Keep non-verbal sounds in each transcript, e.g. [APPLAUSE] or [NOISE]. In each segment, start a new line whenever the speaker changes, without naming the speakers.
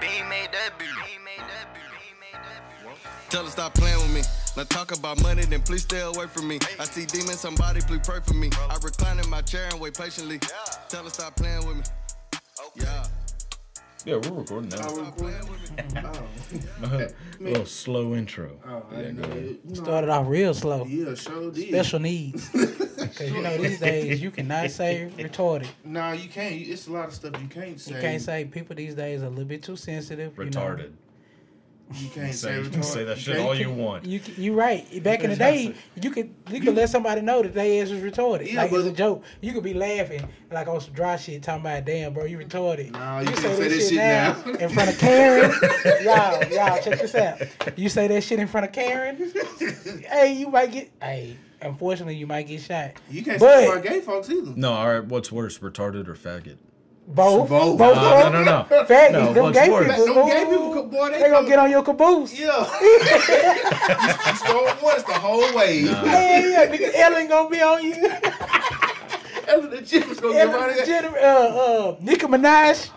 Bean made that beat. Bean made that beat. Bean made that beat.
Tell her stop playing with me. Now talk about money, then please stay away from me. I see demons, somebody please pray for me. I recline in my chair and wait patiently. Tell her stop playing with me. Yeah.
Yeah, we're recording now.
Stop playing with me.
Oh,
little slow intro.
oh, I
Yeah,
know.
go ahead.
You know,
Started off real slow.
Yeah, sure did. [LAUGHS]
Special needs. Because you know, these days you cannot say retarded.
Nah, you can't. You- It's a lot of stuff you can't say.
You can't say people these days are a little bit too sensitive. you know.
Retarded.
You can't
Say, [LAUGHS]
say.
you can say that shit all you want.
You c- you right. Back in the day, you could you could let somebody know that they ass was retarded.
Yeah,
like it's
but-
a joke. You could be laughing like on some dry shit, talking about damn bro, you retarded.
Nah, you can't say that shit now.
in front of Karen.
[LAUGHS]
y'all, y'all, check this out. You say that shit in front of Karen. hey, you might get. Hey, unfortunately, you might get shot.
You can't
But-
say about gay folks either.
No, all right. What's worse, retarded or faggot?
Both,
Both.
both,
No,
No,
of
no,
them.
no.
Faggots,
No,
them
what's
gay
worse?
people,
Them gay people,
ooh,
boy, they
they gonna
come-
get on your
[LAUGHS]
caboose.
Yeah. you stole once the whole way. [LAUGHS]
Yeah, yeah, nigga, Ellen gonna be on you.
Ellen the Jim's gonna get
Ellen,
right at
Jenner, uh, uh, Nicki Minaj,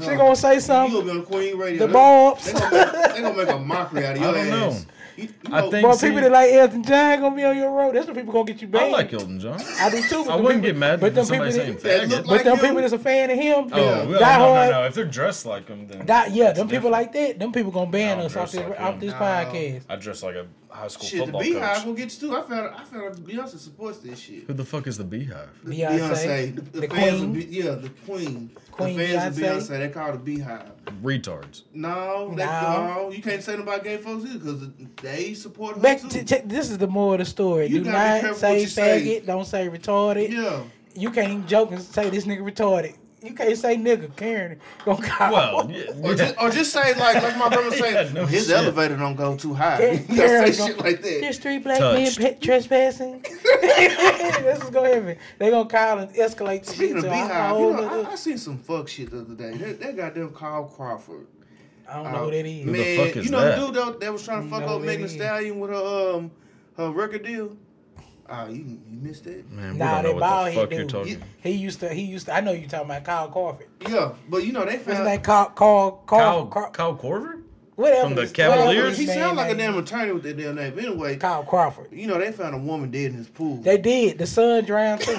she gonna say
You gonna
something.
be on Queen Radio.
The
They-
Bobs.
They gonna, make, they gonna make a mockery out of your
I don't
ass.
know.
You, you
I
know,
think-
Bro,
see-
people that like Elton John gonna be on your road. That's the people gonna get you banned.
I like Elton John.
I do too. but
I
the
wouldn't
people-
get mad
But
if
them
somebody
people,
saying
that,
That look
faggot.
but them
Like him?
people that's a fan of him,
Oh, well,
die
no, no,
hard.
no. If they're dressed like him, then
die- yeah,
that's
them people
different.
like that. Them people gonna ban
I don't
us
dress
off this
like
off
him.
this
No.
podcast.
I dress like a high school
shit, the
football
Beehive
coach.
will get you too. I found I found out Beyonce supports this shit.
Who the fuck is the Beehive?
Beyonce,
The,
the
fans
queen.
Of Be- yeah, the queen.
Queen
the fans
Beyonce.
of Beyonce, they call it a beehive.
Retards.
No, they,
No.
no. you can't say nobody gay folks either because they support her
Back
too.
to, check, this is the moral of the story.
You
Do
gotta be
not
careful what
say
you say.
faggot. Don't say retarded.
yeah.
You can't even joke and say this nigga retarded. You can't say nigga. Karen gonna call.
Well, yeah,
Or,
yeah.
just, or just say like like my brother
[LAUGHS]
said,
Yeah, no
his
shit.
elevator don't go too high. [LAUGHS] you
[LAUGHS] Karen-
gotta
Karen's
say
gonna-
shit like that.
There's three black
Touched.
men pe-
[LAUGHS]
trespassing. [LAUGHS] this is gonna happen. They gonna call and escalate the shit
Speaking of
to a
beehive, you
whole
know,
nother-
I, I seen some fuck shit the other day. That, that goddamn Kyle Crawford.
I don't know who that is.
the
Man,
fuck is
you know
that?
the dude that, that was trying to fuck
No,
up
it
Megan Thee
is.
Stallion with her um her record deal? Ah, you, you missed that.
Man, we don't
Nah, that
know what
bald
the
head
fuck you're
dude.
talking.
You-
He used to. He used to. I know you talking about Kyle Crawford.
Yeah, but you know they
What's
found
his name? Carl. Carl. Carl.
Kyle
Carl
Kyle Corver?
whatever.
from the
his- whatever
Cavaliers?
his
He
man
sound like a
name
damn attorney with that damn name. But anyway,
is. Kyle Crawford.
you know they found a woman dead in his pool.
They did. The son
[LAUGHS]
drowned too.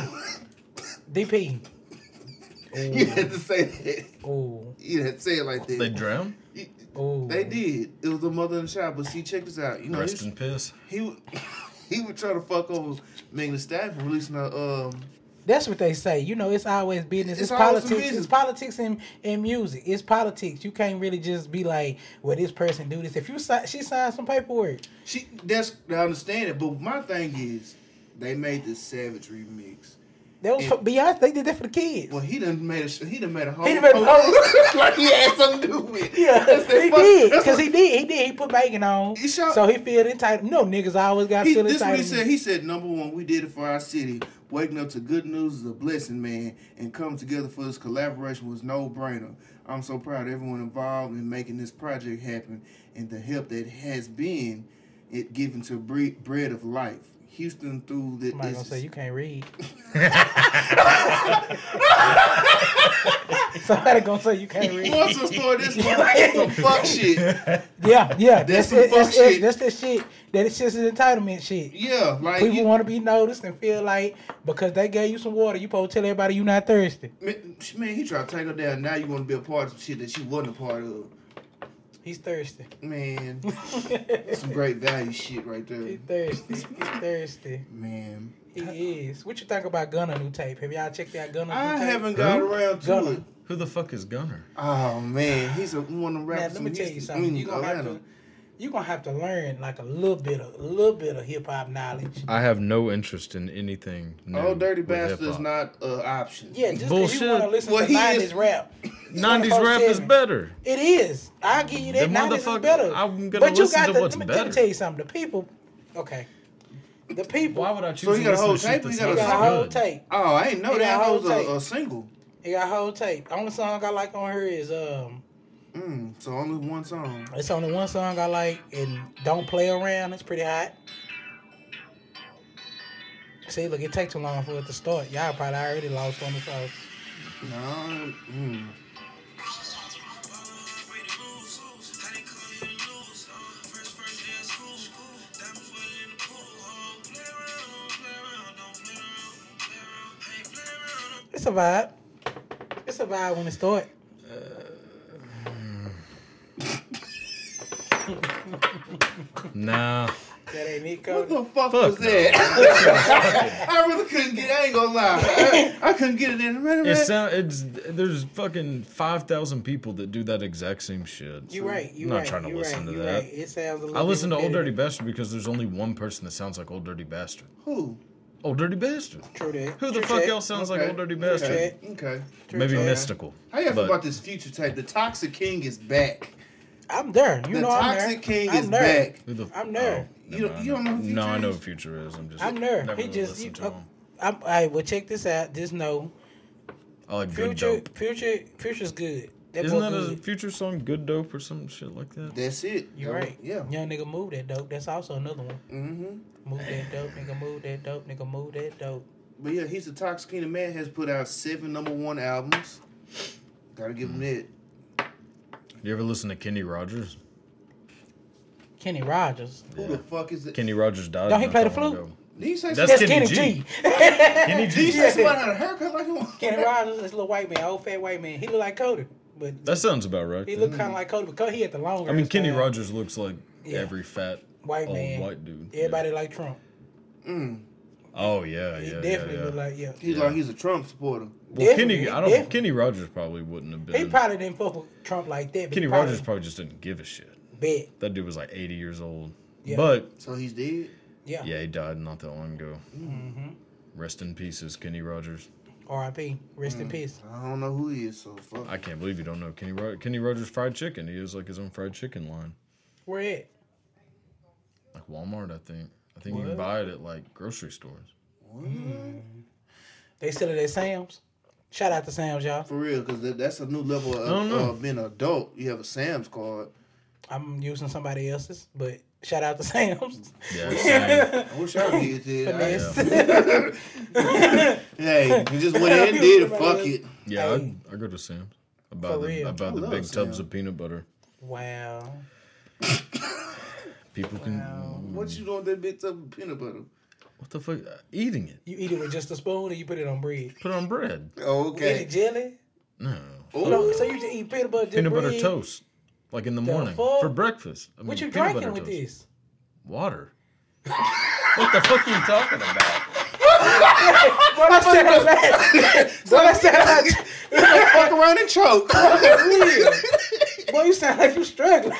DP.
you had to say that.
Ooh,
You had to say it like that.
Mm. They drown.
You-
ooh.
They did. It was a mother and child. But see, check this out. You know,
Rest
he
in piss.
he, wa- [LAUGHS] he was trying to fuck over Megan Thee Stallion for releasing her. Um,
That's what they say. You know, it's always business.
It's
It's,
always some
politics.
business.
It's politics and, and music. It's politics. You can't really just be like, well, this person do this. If you si- she signed some paperwork,
she that's I understand it. But my thing is, they made the Savage remix.
that was
Yeah.
for Beyonce. They did that for the kids.
Well, he done made a sh- he done made a whole
He done made a
[LAUGHS]
whole-
like he had something to do with. it.
yeah,
[LAUGHS] That's that
he
fuck-
did.
that's
Because
what-
he did. He did. He put bacon on.
He shot-
so he feel entitled. No, niggas always got to
He,
feel
this is what
entitled.
he said. He said, number one, we did it for our city. Waking up to good news is a blessing, man. And coming together for this collaboration was no brainer. I'm so proud of everyone involved in making this project happen and the help that has been it given to bre- bread of life. Houston through the.
Somebody gonna
this
say
is-
you
[LAUGHS]
can't read. [LAUGHS] Somebody gonna say
[LAUGHS]
you can't read.
Once I start
[LAUGHS]
this motherfucker, some fuck shit.
Yeah, yeah.
That's
That's
some
it,
fuck
that's, it,
shit.
that's the shit. That it's just an entitlement shit.
Yeah, like
People
you-
want to be noticed and feel like because they gave you some water, you supposed to tell everybody you not thirsty.
man, man, he tried to take her down. Now you want to be a part of some shit that you wasn't a part of.
He's thirsty. [LAUGHS]
Man, some great value shit right there.
He's thirsty. He's thirsty.
Man.
He is. What you think about Gunna new tape? Have y'all checked out Gunna new
I
tape?
haven't got
Who?
around to
Gunna.
it.
Who the fuck is Gunner?
Oh man, he's a one of the
Now,
rappers.
let me
from
tell you
Houston-
something.
I mean,
You gonna have
Atlanta.
to. You gonna have to learn like a little bit of a little bit of hip hop knowledge.
I have no interest in anything. new
Oh, dirty
with
bastard is
hip-hop.
not an option.
Yeah, just 'cause you
Bullshit.
want to listen
Well,
to
he
'90s
is-
rap.
90s rap is
24/7.
better.
It is. I'll give you that.
The
90s is
motherfucker-
better.
I'm gonna
but you
listen
got
to
the,
what's
let, me, let
better.
me tell you something. The people, okay, the people.
Why would I choose
So he
to
got a
listen
whole
to shit
tape? He
that's
got
it
a
not
got a whole
good?
tape.
Oh, I ain't know
He
that.
got
I
a
was
whole tape.
a, a single.
It got a whole tape. The only song I like on her is um.
Mm, so only one song.
It's only one song I like, and "Don't Play Around." It's pretty hot. See, look, it takes too long for it to start. Y'all probably already lost on the song.
No. Mm.
a vibe. It's a vibe when it start.
Nah.
That ain't it,
What
Cody.
the fuck,
Fuck
was [LAUGHS] that? I really couldn't get. I ain't gonna lie. I, I couldn't get it in.
It
It's
sound, it's there's fucking five thousand people that do that exact same shit.
You right. You
I'm not
right.
trying to
you
listen
right,
to
you
that.
Right. It sounds a little
I listen
bit
to Old Dirty
repetitive.
Bastard because there's only one person that sounds like Old Dirty Bastard.
Who?
Old Dirty Bastard.
True that.
Who the
True
fuck
that.
else sounds
Okay.
like Old Dirty
Okay.
Bastard?
Okay.
True
Maybe
that.
mystical.
How you feel
but-
about this future tape? The Toxic King is back.
I'm there. You
the
know I'm there.
Toxic King
I'm
is
there.
back.
Who the f-
I'm there.
Oh,
You-
never
you don't know
mind.
who Future
No, I know
is?
who Future is. I'm just.
I'm there.
Never
He
really
just.
listen
You,
to
uh,
him.
I'm. All right. Well, check this out. Just know,
I like good
future,
dope.
future, future's good. That
Isn't
boy
that a
good.
Future song? Good dope or some shit like that.
That's it.
You're right.
Yeah.
Young nigga, move that dope. That's also another one.
Mm-hmm.
Move that dope, nigga. Move that dope, nigga. Move that dope.
But yeah, he's a Toxic King. The man has put out seven number one albums. Gotta give him that.
You ever listen to Kenny Rogers?
Kenny Rogers.
Who the fuck is it?
Kenny Rogers died.
Don't he
not
play the
that long
flute?
ago.
Did you say
That's
somebody,
That's Kenny,
Kenny
G.
G.
[LAUGHS]
Kenny
did you
G.
say somebody had a haircut like him?
Kenny Rogers is a little white man, old fat white man. He look like Cody, but
That sounds about right.
he
Mm.
look kind of like Cody because he had the longer.
I mean, Kenny
style.
Rogers looks like
Yeah.
every fat
white
old
man,
white dude. Yeah.
Everybody like Trump.
Mm.
Oh yeah,
He
yeah,
definitely
yeah. yeah.
look like yeah.
[LAUGHS] He's like he's a Trump supporter.
well, Kenny,
Definitely,
I don't.
definitely.
Kenny Rogers probably wouldn't have been.
He probably didn't fuck with Trump like that. But
Kenny
he
Rogers probably just didn't give a shit.
bet.
That dude was like 80 years old.
Yeah.
But
So he's dead.
Yeah.
yeah, he died not that long ago.
Mm-hmm.
Rest in pieces, Kenny Rogers.
R.I.P. Rest
Mm.
in peace.
I don't know who he is. So fuck.
I can't believe you don't know Kenny Rogers. Kenny Rogers fried chicken. He has like his own fried chicken line,
Where at?
like Walmart, I think. I think you can buy it at like grocery
[LAUGHS]
stores.
They still at that Sam's. Shout out to Sam's, y'all.
For real, because that, that's a new level
don't
of,
know.
of being an adult. You have a Sam's card.
I'm using somebody else's, but shout out to [LAUGHS] Sam's.
Yeah, same.
I wish I did that.
Finesse.
Hey, you just went in and did it. Fuck it.
yeah.
Hey.
I, I go to Sam's. I buy
For
the,
real.
I buy the
love
big tubs
Sam's.
of peanut butter.
Wow.
People can.
What you doing with that bit of peanut butter?
What the fuck? Eating it.
You eat it with just a spoon or you put it on bread?
Put it on bread.
Oh,
You Eat
okay.
it jelly?
No.
Oh,
You know, so you just eat peanut butter, just
peanut butter
bread?
toast, like in the, morning
fuck?
for breakfast. I
What
mean,
you
peanut butter
drinking with
toast.
this? [LAUGHS]
Water. what the fuck are you talking about?
What I
[LAUGHS]
said about What I said about
Fuck around and
[LAUGHS]
choke.
real. Boy, you sound like
[LAUGHS]
you struggling.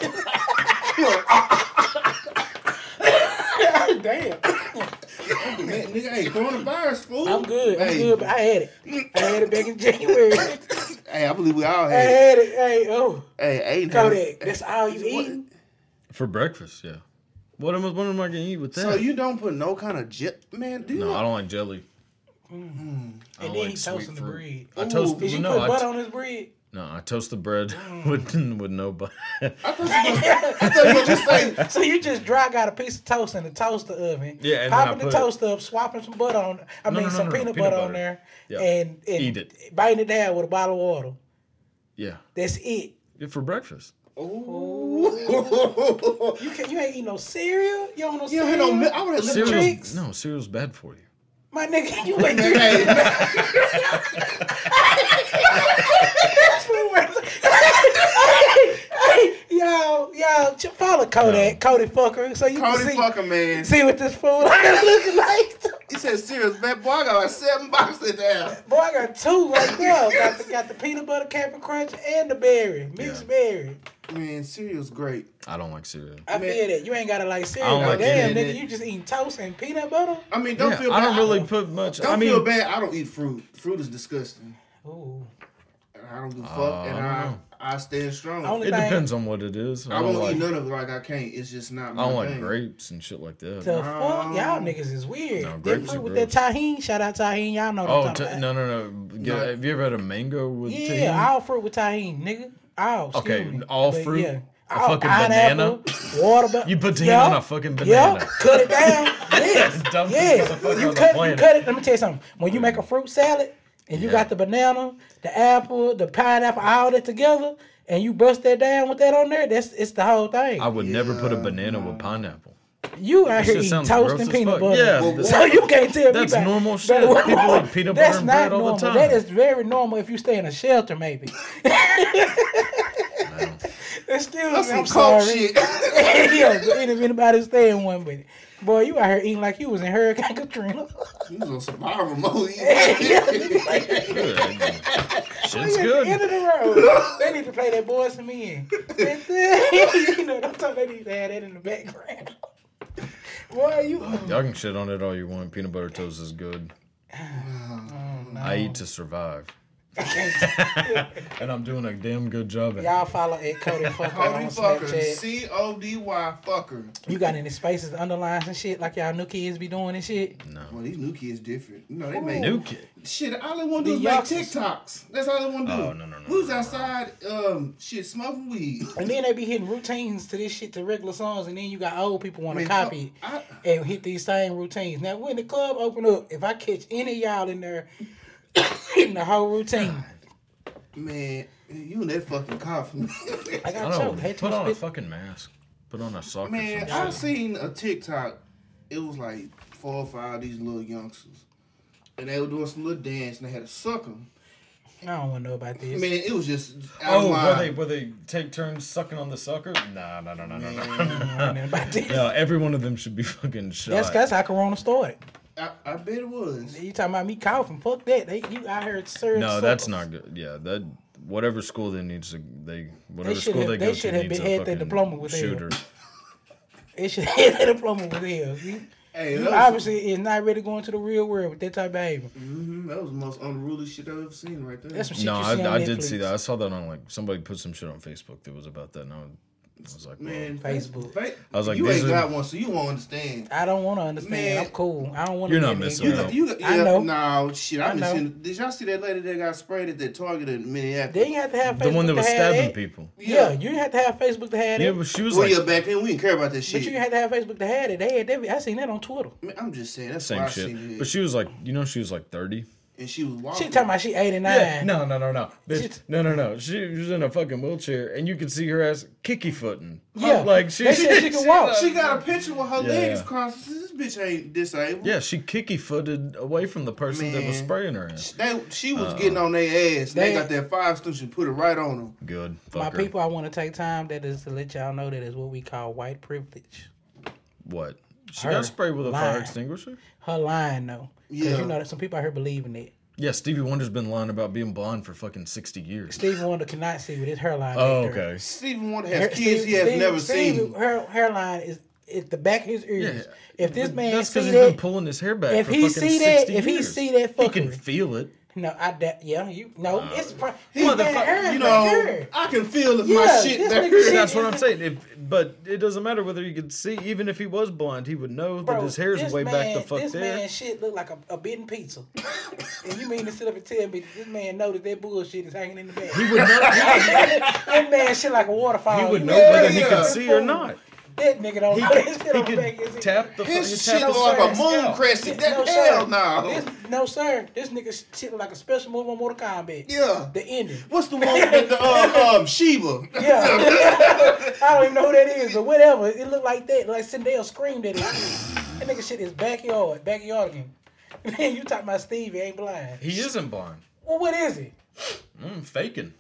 Damn.
Man, nigga, hey, coronavirus, fool.
I'm good. I'm
Hey.
good, but I had it. I had it
[LAUGHS]
back in January.
[COUGHS] Hey, I believe we all
I
had it.
had it. Hey, oh.
Hey, I ain't had
Kodak,
it.
that's all you
What-
eating?
For breakfast, yeah. What am I? What am I gonna eat with that?
So you don't put no kind of jet, man? Do you
no,
not-
I don't like jelly. I
And
don't
then
like
he
sweet
toasting the
fruit.
bread.
I toast.
Did you
no,
put
I
butter
t-
on Mm. his
[LAUGHS]
bread? [LAUGHS]
no, I toast the bread with [LAUGHS] with no butter. [LAUGHS]
I thought you was- I thought you were just saying.
So you just dry got a piece of toast in the toaster oven,
Yeah, and then I
popping the
put-
toast up, swapping some butter on, I
No,
mean
no, no,
some
no, no,
peanut,
peanut
butter, on
butter.
there,
Yeah.
and, and
Eat it.
biting it down with a bottle of water.
yeah.
That's it.
Yeah, for breakfast.
Ooh.
You can, you ain't eat no cereal. You don't know
you don't
cereal.
have no milk. I would have
Cereal.
lived
Drinks?
Cereal's, no, cereal's bad for you.
My nigga, you ain't three
Hey, man,
words. hey, hey, y'all, y'all, ch- follow Kodak, Cody fucker, so you
Cody
can see,
fucking man.
see what this [LAUGHS] fool looking like.
He said serious bad boy. I got like seven boxes down.
Boy, I got two right there. Got the, got the peanut butter Captain Crunch and the berry, mixed
Yeah.
berry.
Man, cereal's great.
I don't like cereal.
I
Man.
feel that you ain't gotta like
I
cereal.
don't like
Damn,
any of
nigga,
that.
you just eating toast and peanut butter.
I mean, don't
Yeah,
feel. Bad.
I don't really put much.
Don't
I mean,
feel bad. I don't eat fruit. Fruit is disgusting.
Ooh,
And I don't give a fuck.
Uh,
and
I
I,
don't know.
I, stand strong.
Only-
it depends on what it is. I
I
don't
won't eat
like.
none of it. Like I can't. It's just not. My
I don't like
thing.
grapes and shit like that.
the fuck, y'all niggas is weird.
No,
that
grapes
fruit
are
with that tahini, shout out tahini, y'all know. What
Oh
I'm talking
ta-
about.
no no no! Get-
No.
Have you ever had a mango with
Yeah,
tahini?
all fruit with tahini, nigga. All. excuse
Okay,
me.
all fruit? A fucking
banana. Watermelon.
You put tahini
Yeah,
on a fucking
yeah,
banana.
cut it down.
[LAUGHS]
Yes,
That's dumbest
yes.
motherfucker
You
on the
cut, you
planet.
cut it. Let me tell you something. When you make a fruit salad and you
Yeah.
got the banana, the apple, the pineapple, all that together, and you bust that down with that on there, that's it's the whole thing.
I would never put a
Yeah,
banana with pineapple.
You out
shit
here eating
sounds
toast
gross
and
as
peanut
fuck.
butter.
Yeah, Well,
[LAUGHS] so you can't tell me
that's
about-
normal
that-
shit. People eat peanut butter
That's
and
not
bread all the
normal.
time.
That is very normal if you stay in a
[LAUGHS]
shelter, maybe. Excuse
That's
me,
some
I'm
cold
sorry.
shit. [LAUGHS]
[LAUGHS] yeah, but any- anybody stay in one, but boy, you out here eating like you was in Hurricane Katrina. [LAUGHS]
You was on survival mode. [LAUGHS]
Good. Shit's
At
good.
the end of the road, they need to play that boys to men. [LAUGHS] you know, that's all they need to have that in the background. [LAUGHS] Boy, you.
Y'all can shit on it all you want. Peanut butter toast is good.
Oh,
I eat to
[LAUGHS]
survive. [LAUGHS] and I'm doing a damn good job at
Y'all
it.
follow
[LAUGHS]
at Cody Fucker
Cody
on
fucker.
Snapchat.
C O D Y fucker.
You got any spaces, underlines and shit like y'all new kids be doing and shit?
Well, these new kids different. You know, they make
New kid.
Shit, all they want to do is
The
make
youngsters.
TikToks. That's all they want to do.
Oh, no, no, no,
We was
no, no, no.
outside, um, shit, smoking weed.
And then they be hitting routines to this shit to regular songs, and then you got old people want to
Man,
copy
I- I-
it and hit these same routines. Now, when the club open up, if I catch any of y'all in there [COUGHS] hitting the whole routine,
Man, you and that fucking cough. [LAUGHS]
I got
I don't
choked. Hey,
know.
too
Put on a
spit-
fucking mask. Put on a sock or
Man,
some
I
shit.
seen a TikTok. It was like four or five of these little youngsters, and they were doing some little dance, and they had to suck them.
I don't want to know about this.
Man, it was just out
Oh,
of
where
line.
they, where they take turns sucking on the sucker? Nah, no, no, no, no, [LAUGHS]
I don't wanna know
no.
about this.
No, every one of them should be fucking shot.
That's, that's how Corona started.
I, I bet it was.
You talking about me coughing? Fuck that. They, you out here serving.
No, that's not good. Yeah, that whatever school they needs to they whatever
should
school
have-
they
they
go
should
to
have
needs
been-
a
had their
fucking
diploma with them.
shooter.
It should [LAUGHS] have that diploma with hell. You,
Hey,
you
that was,
obviously is not ready to go into the real world with that type of behavior.
Mhm, that was the most unruly shit I've ever seen right there.
That's some shit
No,
you see on
I, I did see
Netflix.
that. I saw that on like somebody put some shit on Facebook that was about that. And I was, I was like, man,
Man,
Facebook.
Fa-
I was like,
you
these
ain't
are-
got one, so you won't understand.
I don't want to understand.
Man.
I'm cool. I don't want to.
You're not missing
You,
No.
got- you, got-
I
yeah,
know.
No, shit.
I
I've been
know.
seeing. Did y'all see that lady that got sprayed at that Target in
They ain't
Minneapolis?
have to have Facebook
the one that was
to have
stabbing
that.
people.
Yeah. you didn't have to have Facebook to have that.
Yeah, but she was
Well, yeah,
like,
back then we didn't care about that
but
shit.
you didn't have to have Facebook to have it. They had that. I seen that on Twitter.
Man, I'm just saying that's why
same
I seen
shit.
it.
But she was like, you know, she was like 30.
and she was
She
walking.
talking about she 89.
Yeah, no, no, no, no, bitch,
She's-
no, no, no. She was in a fucking wheelchair, and you could see her ass kicky footing.
Yeah,
like she, [LAUGHS]
they said she could walk.
She got a picture with her
Yeah,
legs
yeah.
crossed. This bitch ain't disabled.
Yeah, she kicky footed away from the person that was
Man.
spraying her ass.
They, she
Uh-uh.
was getting on their ass. They,
They-
got that five stitch and put it right on them.
Good.
My
fucker.
people, I want to take time that is to let y'all know that is what we call white privilege.
What? She
Her
got sprayed with a fire
lying.
extinguisher?
Her lying though, because
Yeah.
you know that some people out here believe in it.
Yeah, Stevie Wonder's been lying about being blind for fucking 60 years.
Steve Wonder cannot see with his hairline.
Oh,
back there.
okay.
Stephen Wonder
Her-
has kids he has
Steve-
never
Steve-
seen.
Her hairline is at the back of his ears.
Yeah.
If this man
That's
see
he's been
that,
pulling his hair back
if
for
he
fucking
see that-
60
if he
years.
see that
he can
fucking-
feel it.
no, I da- yeah, you no,
Uh,
it's pro- his
Motherfucker,
hair
You
back
know,
here.
I can feel if my
Yeah,
shit
this
back
nigga
here.
shit
That's what I'm saying. If, but it doesn't matter whether he could see. Even if he was blind, he would know that
Bro,
his hair's
this
way back the
man-
fuck
This
there.
man shit look like a, a
[COUGHS]
bitten pizza. and you mean to sit up and tell me that this man know that that bullshit is hanging in the back?
he would know,
[LAUGHS] that man shit like a waterfall.
he would
You
know
know
whether
that
he
nigga
could
is
see or
fool.
not.
That nigga don't
He
know [LAUGHS] that shit
could, he
on the back of his
could
head.
tap
[LAUGHS]
the
His
he
shit
tap
look
his
like a
ass.
moon
Yeah.
crescent. That
No, sir.
hell no.
This, no, sir. This nigga shit look like a special move on Mortal Kombat.
[LAUGHS] Yeah.
The ending.
What's the one with
[LAUGHS]
the uh, um Sheba?
Yeah. [LAUGHS] I don't even know who that is, but whatever. It looked like that. Like Sindel screamed at it. that nigga shit is backyard. Backyard again. [LAUGHS] Man, you talking about Steve, he ain't blind.
He isn't blind.
Well, what is it?
Mm, faking.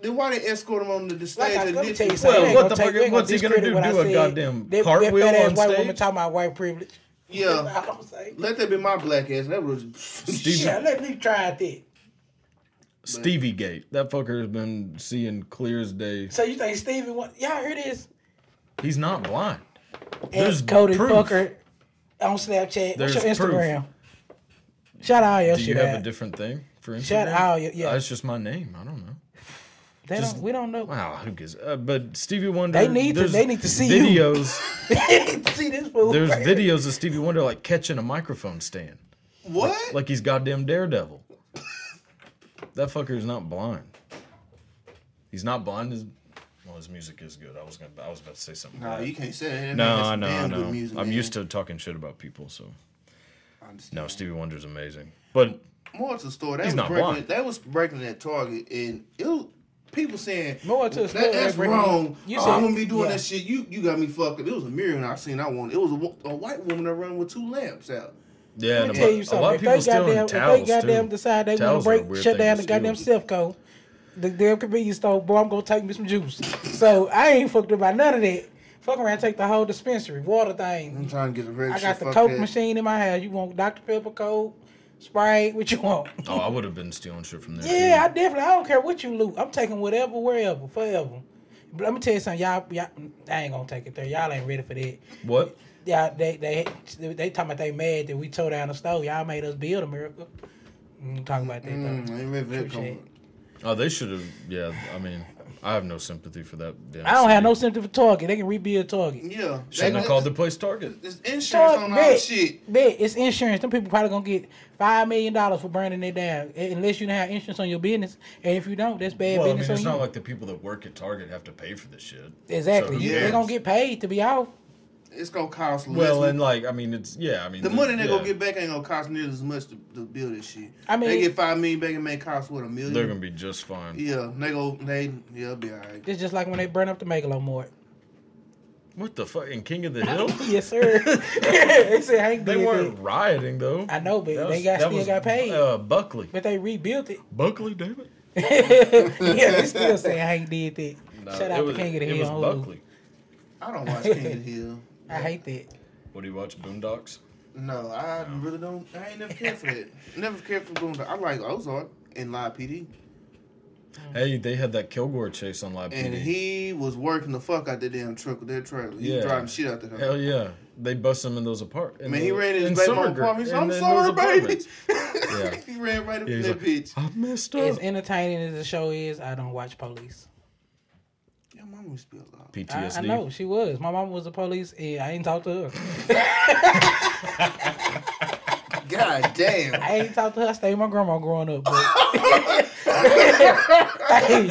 Then why they escort him on the, the
Like,
stage?
I,
and
let me
nitpick?
tell you something.
Well,
They ain't
what
gonna
the
take-
fuck-
they ain't gonna
what's he gonna
discredit
do?
what I
Do a
said.
goddamn
That- that
cartwheel
fat ass
on
white woman
stage?
talking about white privilege.
[LAUGHS] yeah.
That's all [LAUGHS] I'm saying.
Let that be my black ass. That was [LAUGHS]
Stevie,
Yeah, let me try it then.
Stevie Gate. That fucker has been seeing clear as day.
So you think Steven? What, y'all hear this?
He's not blind. There's
At Cody
proof.
Fucker on Snapchat. What's your
There's proof.
Instagram? Shout out all your
Do
shit
you have a
out.
different thing for Instagram?
Shout out your yeah.
That's Uh, just my name. I don't know.
They
just-
don't, we don't know.
Wow, who gives? Uh, but Stevie Wonder.
They need to-
there's
they need to see you.
videos.
[LAUGHS] See this fool. [LAUGHS]
There's
right here.
videos of Stevie Wonder like catching a microphone stand,
what?
like he's goddamn Daredevil. That fucker is not blind. He's not blind. His, well, his music is good. I was gonna. I was about to say something.
Nah,
bad.
you can't say that. that. man,
no,
that's
no,
damn
no.
good Music,
I'm
man.
used to talking shit about people, so
I understand.
no. Stevie Wonder's amazing, but
More to the story. They
He's
was
not
breaking.
blind.
They was breaking that target, and it was, people saying
More to the
that,
story,
that's
they bring it
wrong.
up. You
oh,
said-
I'm gonna be doing
yeah.
that shit. You you got me fucked up. It was a mirror and I seen I wanted. It was a, wo- a white woman that run with two lamps out.
Yeah,
Let
and a,
me
lot-
tell
a
you
lot
something.
of
If
people
they
still
goddamn,
in
if they
towels
goddamn
too.
decide they want
Towels
to
are a
break,
weird
shut
thing
down
to
the goddamn
steal.
Sefco, the damn convenience store, boy, I'm gonna take me some juice. so I ain't fucked up by none of that. Fuck around, take the whole dispensary, water
I'm
thing.
trying to get the red
I
shit.
got the
Fuck
Coke
that.
machine in my house. You want Dr Pepper, Coke, Sprite, what you want?
Oh, I would have been stealing shit from there.
Yeah, I
too.
definitely. I don't care what you loot. I'm taking whatever, wherever, forever. But let me tell you something, y'all. y'all I ain't gonna take it there. Y'all ain't ready for that.
What?
Yeah, they they they, they talking about they mad that we tore down the store. Y'all made us build America. Mm, talking about that
Mm,
though.
I ain't ready for that
True shit.
coming.
Oh, they should have. Yeah, I mean, I have no sympathy for that. damn
I don't have no
city.
sympathy for Target. They can rebuild Target.
Yeah,
Shouldn't have called the place Target.
It's insurance
Target,
on all
bet,
shit.
bet it's insurance. Them people probably gonna get five million dollars for burning it down, eh, unless you have insurance on your business. And if you don't, that's bad
Well, I mean,
business
it's
on
not
you.
like the people that work at Target have to pay for this shit.
exactly.
So who
You-
cares?
They gonna get paid to be off.
It's gonna cost less.
Well, and like, I mean, it's yeah. I mean,
the money they
yeah,
gonna get back ain't gonna cost nearly as much to, to build this shit.
I mean-
they get five million back and may cost what a 1000000
they're gonna be just fine.
Yeah, they go. They yeah, it'll be alright.
It's just like when they burn up the
[LAUGHS]
Megalo Mort.
What the fuck? In King of
[LAUGHS]
the Hill,
yes, sir. they said Hank
they
did
weren't
that.
rioting though.
I know, but
That
they got-
that
still got paid.
Uh, Buckley,
But they
[LAUGHS]
rebuilt it.
Buckley, damn it.
yeah, they still saying Hank did that.
No,
Shout
it
out
was-
to King of the
it
Hill. on
was
Hulu.
Buckley.
I don't
[LAUGHS]
watch King of the Hill.
I hate that.
What do you watch? Boondocks.
No, I really don't. I ain't never cared for that. never cared for Boondock. I like Ozark and Live PD,
Mm.
Hey, they had that Kilgore chase on Live
and
PD.
he was working the fuck out that damn truck with that trailer. He
Mm-hmm. Yeah.
was driving shit out the
Hell
house.
yeah, they bust him in those apartments.
Man, he ran in his
summer
basement apartment. He said, "I'm sorry, [LAUGHS] baby." he ran right up
Yeah,
in
he's
that
like,
bitch.
I messed
As
up.
entertaining as the show is, I don't watch police.
Your mama used to be alive.
I,
PTSD.
I know she was. My mom was the police, and I ain't talked to her.
God damn.
I ain't talked to her. I stayed with my grandma growing up. But... [LAUGHS] hey,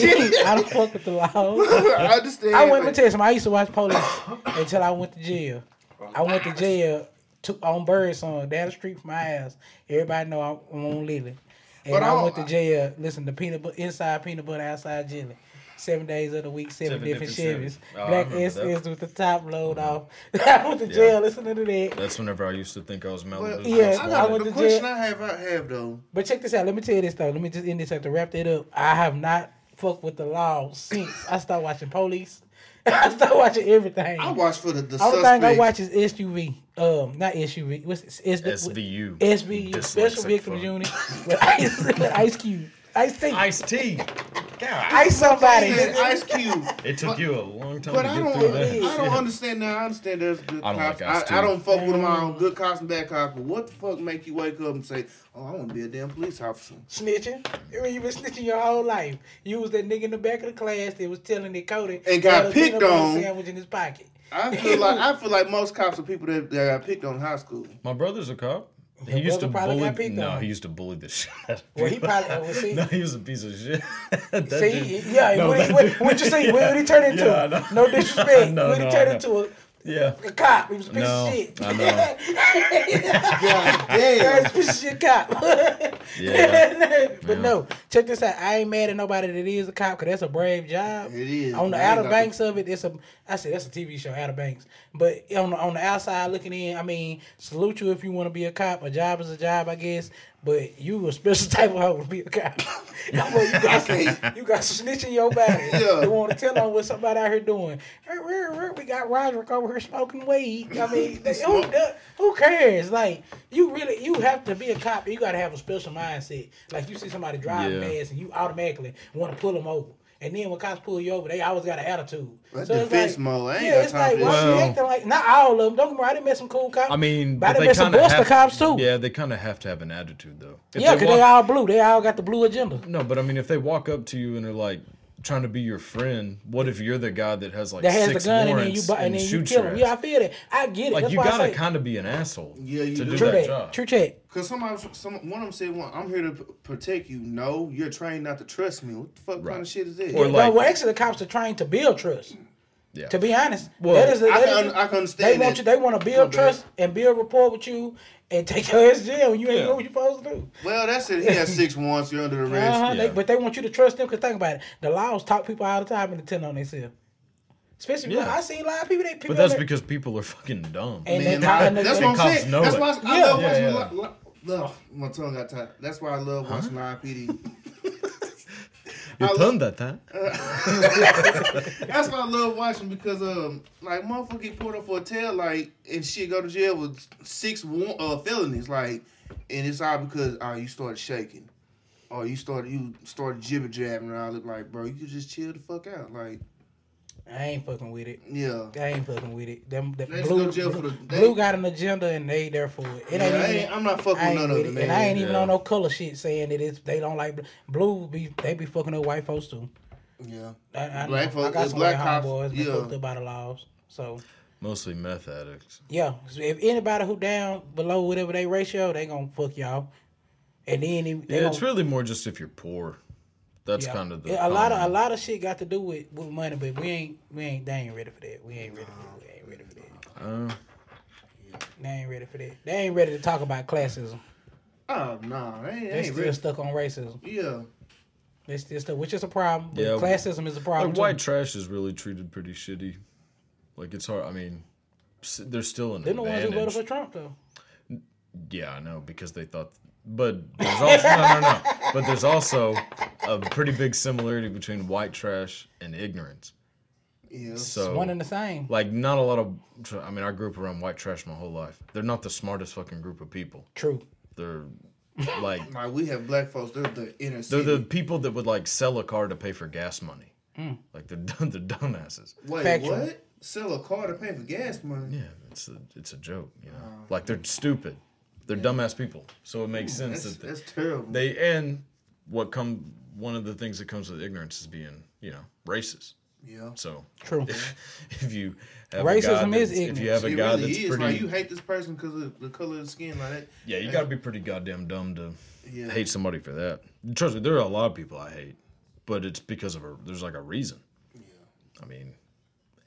hey, I don't fuck with the law.
I [LAUGHS] understand.
I went
but-
to tell you something. I used to watch
[COUGHS]
police until I went to jail. I went to jail to, on Birdsong down the street from my house. Everybody know I'm- I'm on Lily, and
But
I
all-
went to jail. Listen to peanut butter inside peanut butter outside jelly. Seven days of the week, seven,
Seven
different,
different
Chevys.
Chevys. Oh, I
Black
remember that. Mm-hmm.
SS with the top load off. [LAUGHS] I went to jail listening to that.
That's whenever I used to think I was Malibu.
Well,
Yeah,
That's
I
I
why.
got
went
the
to
question
jail.
I have. I have though.
But check this out. Let me tell you this though. Let me just end this up to wrap that up. I have not fucked with the law since I started watching police. [LAUGHS] I started watching everything.
Mm.
I watch for the the
All the
suspects.
thing I watch is SUV. Um, not SUV. What's it? It's the-
SVU.
SVU, Special
Dyslexic
Victims
fuck.
Unit. With
[LAUGHS]
Ice, with Ice Cube. Ice T. Ice,
Ice tea. [LAUGHS]
somebody.
Said Ice Cube.
It took you a long time
But
to
I
get
don't,
through
it
that.
is.
I
[LAUGHS]
don't
shit.
understand now. I understand there's good
I don't
cops.
like Ice
I, I
Cube.
don't fuck with them all, good cops and bad cops. But what the fuck make you wake up and say, "Oh, I want to be a damn police officer"?
Snitching. I mean, you been snitching your whole life. You was that nigga in the back of the class that was telling that Cody
And got
had a peanut
picked
butter
on.
Sandwich in his pocket.
I feel like I feel like most cops are people that, that got picked on in high school.
My brother's a cop. He
Your
used to
brother probably got
bully.
picked
No,
on.
he used to bully the [LAUGHS] shit. out of
Well, he
people.
probably-
[LAUGHS]
uh, well, see-
no, he was a piece of shit. [LAUGHS] That
See,
dude-
yeah.
No,
what,
that
he- what,
dude-
what you
[LAUGHS]
see?
yeah.
What did he turn into?
Yeah, [LAUGHS] I know.
no disrespect.
No,
what did
no,
he
I
turn
know.
into? [LAUGHS]
Yeah.
A, a cop. He was a piece
No,
of shit.
I
[LAUGHS]
know.
[LAUGHS] God damn.
That's piece of shit cop. [LAUGHS]
Yeah.
but no, check this out. I ain't mad at nobody that is a cop because that's a brave job.
It is,
On the
but I ain't
outer
got
banks of it, it's a. I said that's a TV show, Outer Banks. But on the, on the outside looking in, I mean, salute you if you want to be a cop. A job is a job, I guess. But you a special [LAUGHS] type of hoe to be a cop. [LAUGHS] Well, you, got some, you got some snitch in your body.
Yeah.
You want to tell on what somebody out here doing. "Hey, rah, rah, We got Roderick over here smoking weed. I mean, they- who, the- who cares? Like, you really, you have to be a cop. You got to have a special mindset. Like, you see somebody driving
Yeah.
fast and you automatically want to pull them over. And then when cops pull you over, they always got an attitude.
That defense mode, I ain't
yeah,
got
it's
time
like,
for
why
that
you
shit.
acting like, not all of them. Don't get me wrong, I done met some cool cops.
I mean,
but I
but
done
they
met some
kind of
Buster
have
cops too.
Yeah, they kind of have to have an attitude though. If
Yeah, 'cause they,
walk-
all blue. They all got the blue agenda.
No, but I mean, if they walk up to you and they're like trying to be your friend, what if you're the guy that has like
That has
six
the gun and then you
warrants
bu- and then you
shoots
kill
your
them.
ass?
Yeah, I feel that. I get it.
like
That's
you
why I
gotta
say-
kind of be an asshole.
Yeah, you
to
do.
do
True
that,
that.
job.
True check.
[LAUGHS] Cause somebody, some one of them said, "Well, I'm here to p- protect you." No, you're trained not to trust me. What the fuck kind
Right.
of shit is this?
Or
no,
like-
well, actually, the cops are trying to build trust.
Yeah.
To be honest,
Well,
that is a,
I
that
can,
is a-
un- I can
they
understand
want
that.
you. They want to build
bad.
trust and build rapport with you, and take [LAUGHS] your ass to jail. when You ain't
Yeah.
doing what you supposed to do.
Well, that's it. He has six ones. You're under arrest.
Uh-huh, they,
yeah.
but they want you to trust them because think about it. The laws talk people all the time into telling on themselves. Especially,
Yeah.
I seen a lot of people. They people
But that's
that-
because people are fucking dumb.
And-
Man,
they tie
I-
in the-
that's
the
what I'm
cops
saying.
know
That's
it.
why I, I
Yeah.
love watching.
Yeah, yeah.
li- li- Love, my tongue got tied. That's why I love watching IPD.
Your
I-
tongue that time.
That's why I love watching because um like motherfucker get pulled up for a tail light and shit go to jail with six war- uh, felonies like, and it's all because oh you started shaking, or you started you started jibber jabbing and all that like bro you could just chill the fuck out like
I ain't fucking with it.
yeah.
I ain't fucking with it. Them, them
They just
blue,
go jail for the- they-
blue got an agenda and they there for it. It
Yeah,
ain't
I
even,
ain't- I'm not fucking
I
with
ain't
none
with
of
it.
them.
And I ain't even
Yeah.
on no color shit saying that it's they don't like blue. blue. Be they be fucking up white folks too.
Yeah.
I, I,
Black
I
folk-
got some
black
white
cops,
homeboys been
yeah.
fucked up by the laws. So
Mostly meth addicts.
yeah, so if anybody who down below whatever they ratio, they gonna fuck y'all. And then they, they
Yeah, it's
gonna-
really more just if you're poor. That's
yeah.
kind of the
Yeah, a lot of a
common-
lot of shit got to do with, with money, but we ain't we ain't they ain't ready for that. We ain't ready for that. We ain't ready for that.
Uh,
They ain't ready for that. They ain't ready to talk about classism.
Oh no, they, they
They
ain't
still
real.
stuck on racism.
Yeah.
They still stuck, which is a problem. But
Yeah,
classism is a problem.
like
too.
white trash is really treated pretty shitty. Like it's hard. I mean, s- they're still an
They're the ones who voted
advantage.
for Trump though.
Yeah, I know because they thought. But there's also no, no, no. But there's also a pretty big similarity between white trash and ignorance.
Yeah.
It's
So
one and the same.
like, not a lot of. tr- I mean, I grew up around white trash my whole life. They're not the smartest fucking group of people.
True.
They're
[LAUGHS]
like
Like we have black folks, they're the inner
they're
city.
the people that would like sell a car to pay for gas money.
Hmm.
Like they're dumb, they're dumbasses.
Wait,
Factual.
what? Sell a car to pay for gas money?
Yeah, it's a, it's a joke. You know,
Oh.
like they're stupid. They're dumbass people. So it makes sense
That's,
that they,
that's terrible.
they and what come one of the things that comes with ignorance is being you know racist.
yeah.
So [LAUGHS]
True.
if, if you have a guy
Racism
that's-
is
if you
ignorance.
have a
It
guy
really
that's
is.
pretty
Like you hate this person because of the color of the skin. Like that.
yeah you got to be pretty goddamn dumb to
Yeah.
hate somebody for that. Trust me, there are a lot of people I hate, but it's because of a there's like a reason. I mean,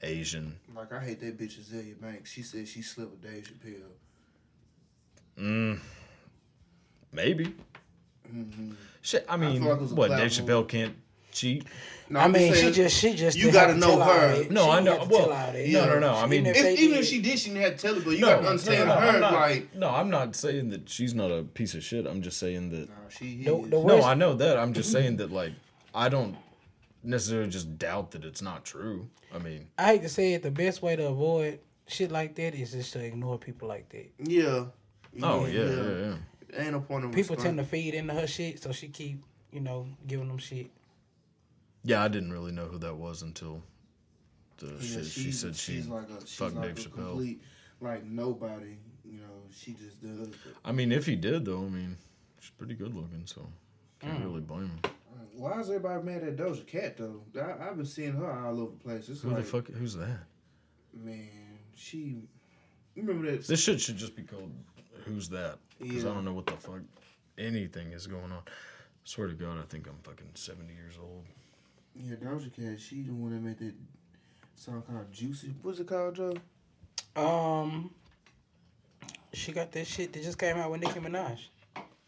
Asian.
Like I hate that bitch Azalea Banks. She said she slept with Dave Chappelle.
Maybe. Shit, I mean,
Mm-hmm. like it was a
what Dave
platform.
Chappelle can't cheat?
No,
I
I'm
mean, she
saying,
just she just
you
didn't have
gotta
to tell
know
all
her.
that.
No,
She
I
didn't
know-
have to
well,
tell all that.
no, no, no, I
Even
mean-
if
if,
they
even
did-
if she did, she didn't have to tell it. But you
No,
got to
no,
understand
no,
her.
I'm not,
Like
no, I'm not saying that she's not a piece of shit. I'm just saying that.
No, she
The-
is.
the
No,
worst-
I know that. I'm just saying that, like, I don't necessarily just doubt that it's not true. I mean,
I hate to say it, the best way to avoid shit like that is just to ignore people like that.
yeah.
oh yeah, yeah, yeah.
Ain't no point in
People
restraint.
tend to feed into her shit, so she keep you know giving them shit.
Yeah, I didn't really know who that was until the
Yeah,
shit, she,
she's-
said she
she's like a, she's
fucked
like
Dave
a
Chappelle.
complete like nobody. You know, she just does. it.
I mean, if he did though, I mean, she's pretty good looking, so
Mm.
can't really blame him.
Why is everybody mad at Doja Cat though? I, I've been seeing her all over the place. It's
Who
like,
the fuck? Who's that?
man, she. you Remember that?
This shit should just be called "Who's That?" Because
Yeah.
I don't know what the fuck anything is going on. swear to God, I think I'm fucking seventy years old.
Yeah, Doja Cat. She the one that made that song called "Juicy." What's it called, Joe?
Um, she got that shit that just came out with Nicki Minaj.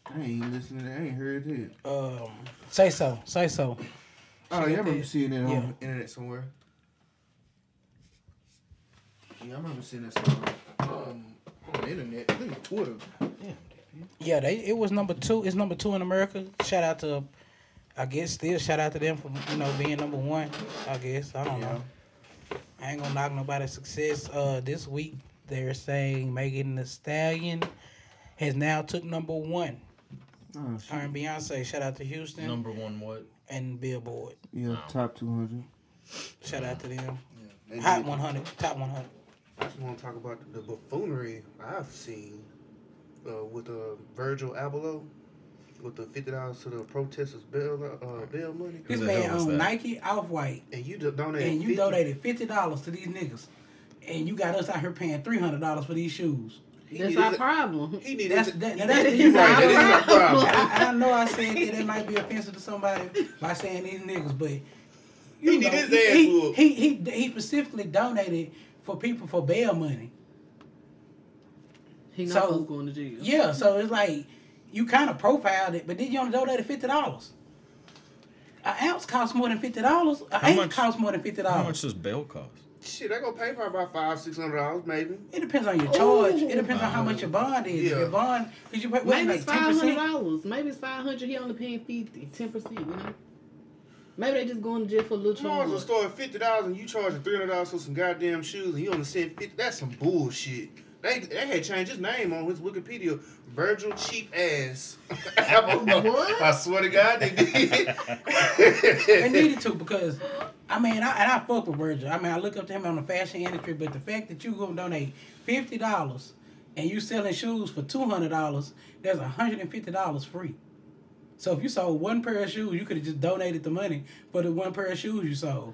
I ain't listening. I ain't heard it. yet.
Um, say so, say so.
Oh,
got
yeah, I remember
that-
seeing it on
yeah.
the internet somewhere. Yeah, I remember seeing that song um, on the internet. I think Twitter.
Yeah, they it was number two. It's number two in America. Shout out to, I guess still shout out to them for you know being number one. I guess I don't know. I ain't gonna knock nobody's success. Uh, this week they're saying Megan The Stallion has now took number one.
Oh, shit.
Her and Beyonce. Shout out to Houston
Number one, what?
and Billboard.
Yeah, top two hundred.
Shout out to them.
They
Hot
did.
100, top 100.
I just want to talk about the buffoonery I've seen uh, with uh, Virgil Abloh with the fifty dollars to the protesters' bail uh, bail money,
This
the hell
man
was
owned
that?
Nike, Off White,
and you do- donated
and you
50
donated fifty dollars to these niggas, and you got us out here paying three hundred dollars for these shoes.
He
That's
needed
our
to-
problem.
He needed
That's
to-
that,
he
that's
needed-
the
you're
reason.
right. That is our problem.
I, I know I said that it might be offensive to somebody by saying these niggas, but you
He
know,
did his
he-
ass
he,
whoop.
he, he, he specifically donated for people for bail money.
He not
So-
supposed to going to jail.
Yeah, so it's like you kind of profiled it, but then you only donated fifty dollars. An ounce costs more than fifty dollars. An ounce
much-
costs more than fifty
How much
dollars.
does bail cost?
Shit, I gonna pay probably about five, six hundred dollars, maybe.
It depends on your charge. It depends on how much your bond is. If
Yeah.
Your bond, because you pay what,
Maybe
like
it's
ten
five hundred
percent.
dollars. Maybe it's five hundred. He only paying 50 10 percent. You know. Maybe they just going to jail for a little
You might as well
charge.
start at fifty dollars and you charging three hundred dollars for some goddamn shoes and you only said fifty. That's some bullshit. They, they had changed his name on his Wikipedia, Virgil Cheap
[LAUGHS]
Ass.
What?
I swear to God, they did.
They needed to because, I mean, I, and I fuck with Virgil. I mean, I look up to him on the fashion industry, but the fact that you gonna donate fifty dollars and you selling shoes for two hundred dollars, there's hundred and fifty dollars free. So if you sold one pair of shoes, you could have just donated the money for the one pair of shoes you sold.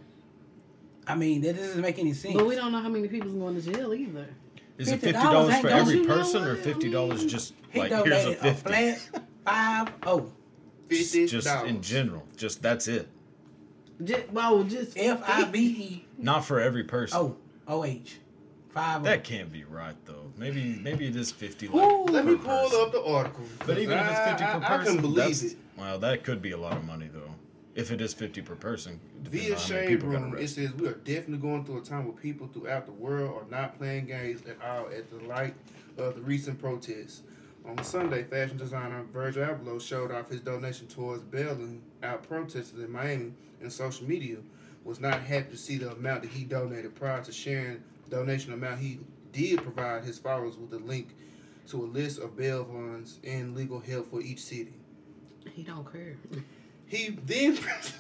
I mean, that doesn't make any sense.
But we don't know how many people's going to jail either.
Is it
$50
fifty dollars
ain't
for
don't
every
you know
person, or
what I
fifty dollars
mean?
just
he
like here's a
donated a,
fifty?
flat five oh.
Fifty
[LAUGHS] just in
dollars.
general, just that's it.
Just, well, just
F I B E
Not for every person.
Oh.
O O H. Five
That
oh.
can't be right though. Maybe maybe it is fifty.
Ooh.
Like,
Let me
per
pull
person.
up the article.
But even if it's
I-
fifty per
I, I
person,
couldn't believe
that's,
it.
Wow, that could be a lot of money though. If it is fifty per person, depending
Via
on how many
Shade
people got
Room, it
arrested.
says we are definitely going through a time where people throughout the world are not playing games at all at the light of the recent protests. On Sunday, fashion designer Virgil Abloh showed off his donation towards bailing out protesters in Miami and social media. Was not happy to see the amount that he donated prior to sharing the donation amount he did provide his followers with a link to a list of bail funds and legal help for each city.
he don't care.
He then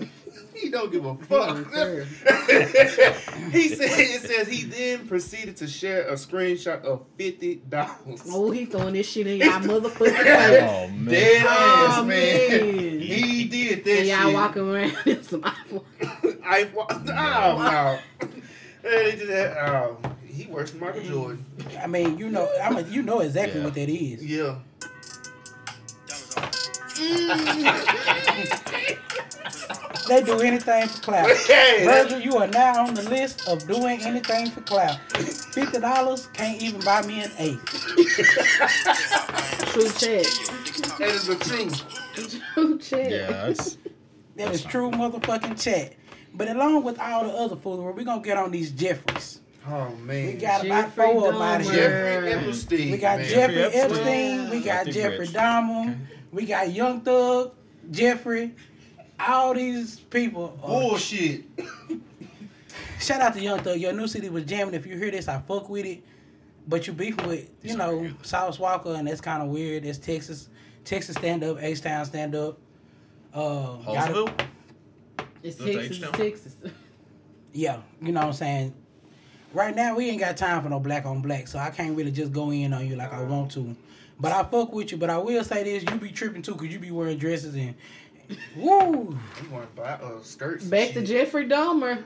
[LAUGHS] he don't give a
don't
fuck.
care.
[LAUGHS] he said it says he then proceeded to share a screenshot of fifty dollars.
Oh, he throwing this shit
[LAUGHS]
in y'all motherfucking face.
Oh man,
Dead ass
Oh,
man.
man.
He did that
And y'all
shit. [LAUGHS]
walking around [LAUGHS] in some iPhone.
I wa- oh no. [LAUGHS] Hey, he did that. Oh, he works for Michael Jordan.
I mean, you know, I mean, you know exactly
Yeah.
what that is.
Yeah.
They do anything for clout.
Hey, that-
Virgil, you are now on the list of doing anything for clout. Fifty dollars can't even buy me an eight.
True check.
that is the truth.
True check.
Yeah, that's,
That is true motherfucking chat. But along with all the other foolery, we're gonna get on these Jeffries.
Oh man.
We got about
Jeffrey
four of 'em out of here.
Jeffrey
Dahmer.
Epstein.
We got
man.
Jeffrey
Jeffrey
Epstein,
Epstein.
we got
Filthy
Jeffrey
rich.
Dahmer, we got Young Thug, Jeffrey. All these people. are-
Bullshit.
shout out to Young Thug. Your new city was jamming. If you hear this, I fuck with it. But you beefing with, you know, South Walker, and that's kind of weird. That's Texas, Texas stand up, H Town stand up. Uh, gotta-
Hallsville.
It's
That's
Texas.
H-Town.
It's Texas.
Yeah, you know what I'm saying. Right now we ain't got time for no black on black, so I can't really just go in on you like I want to. But I fuck with you. But I will say this: you be tripping too, cause you be wearing dresses and. Woo!
You want to buy uh, skirts? and
Back to
shit.
Jeffrey Dahmer.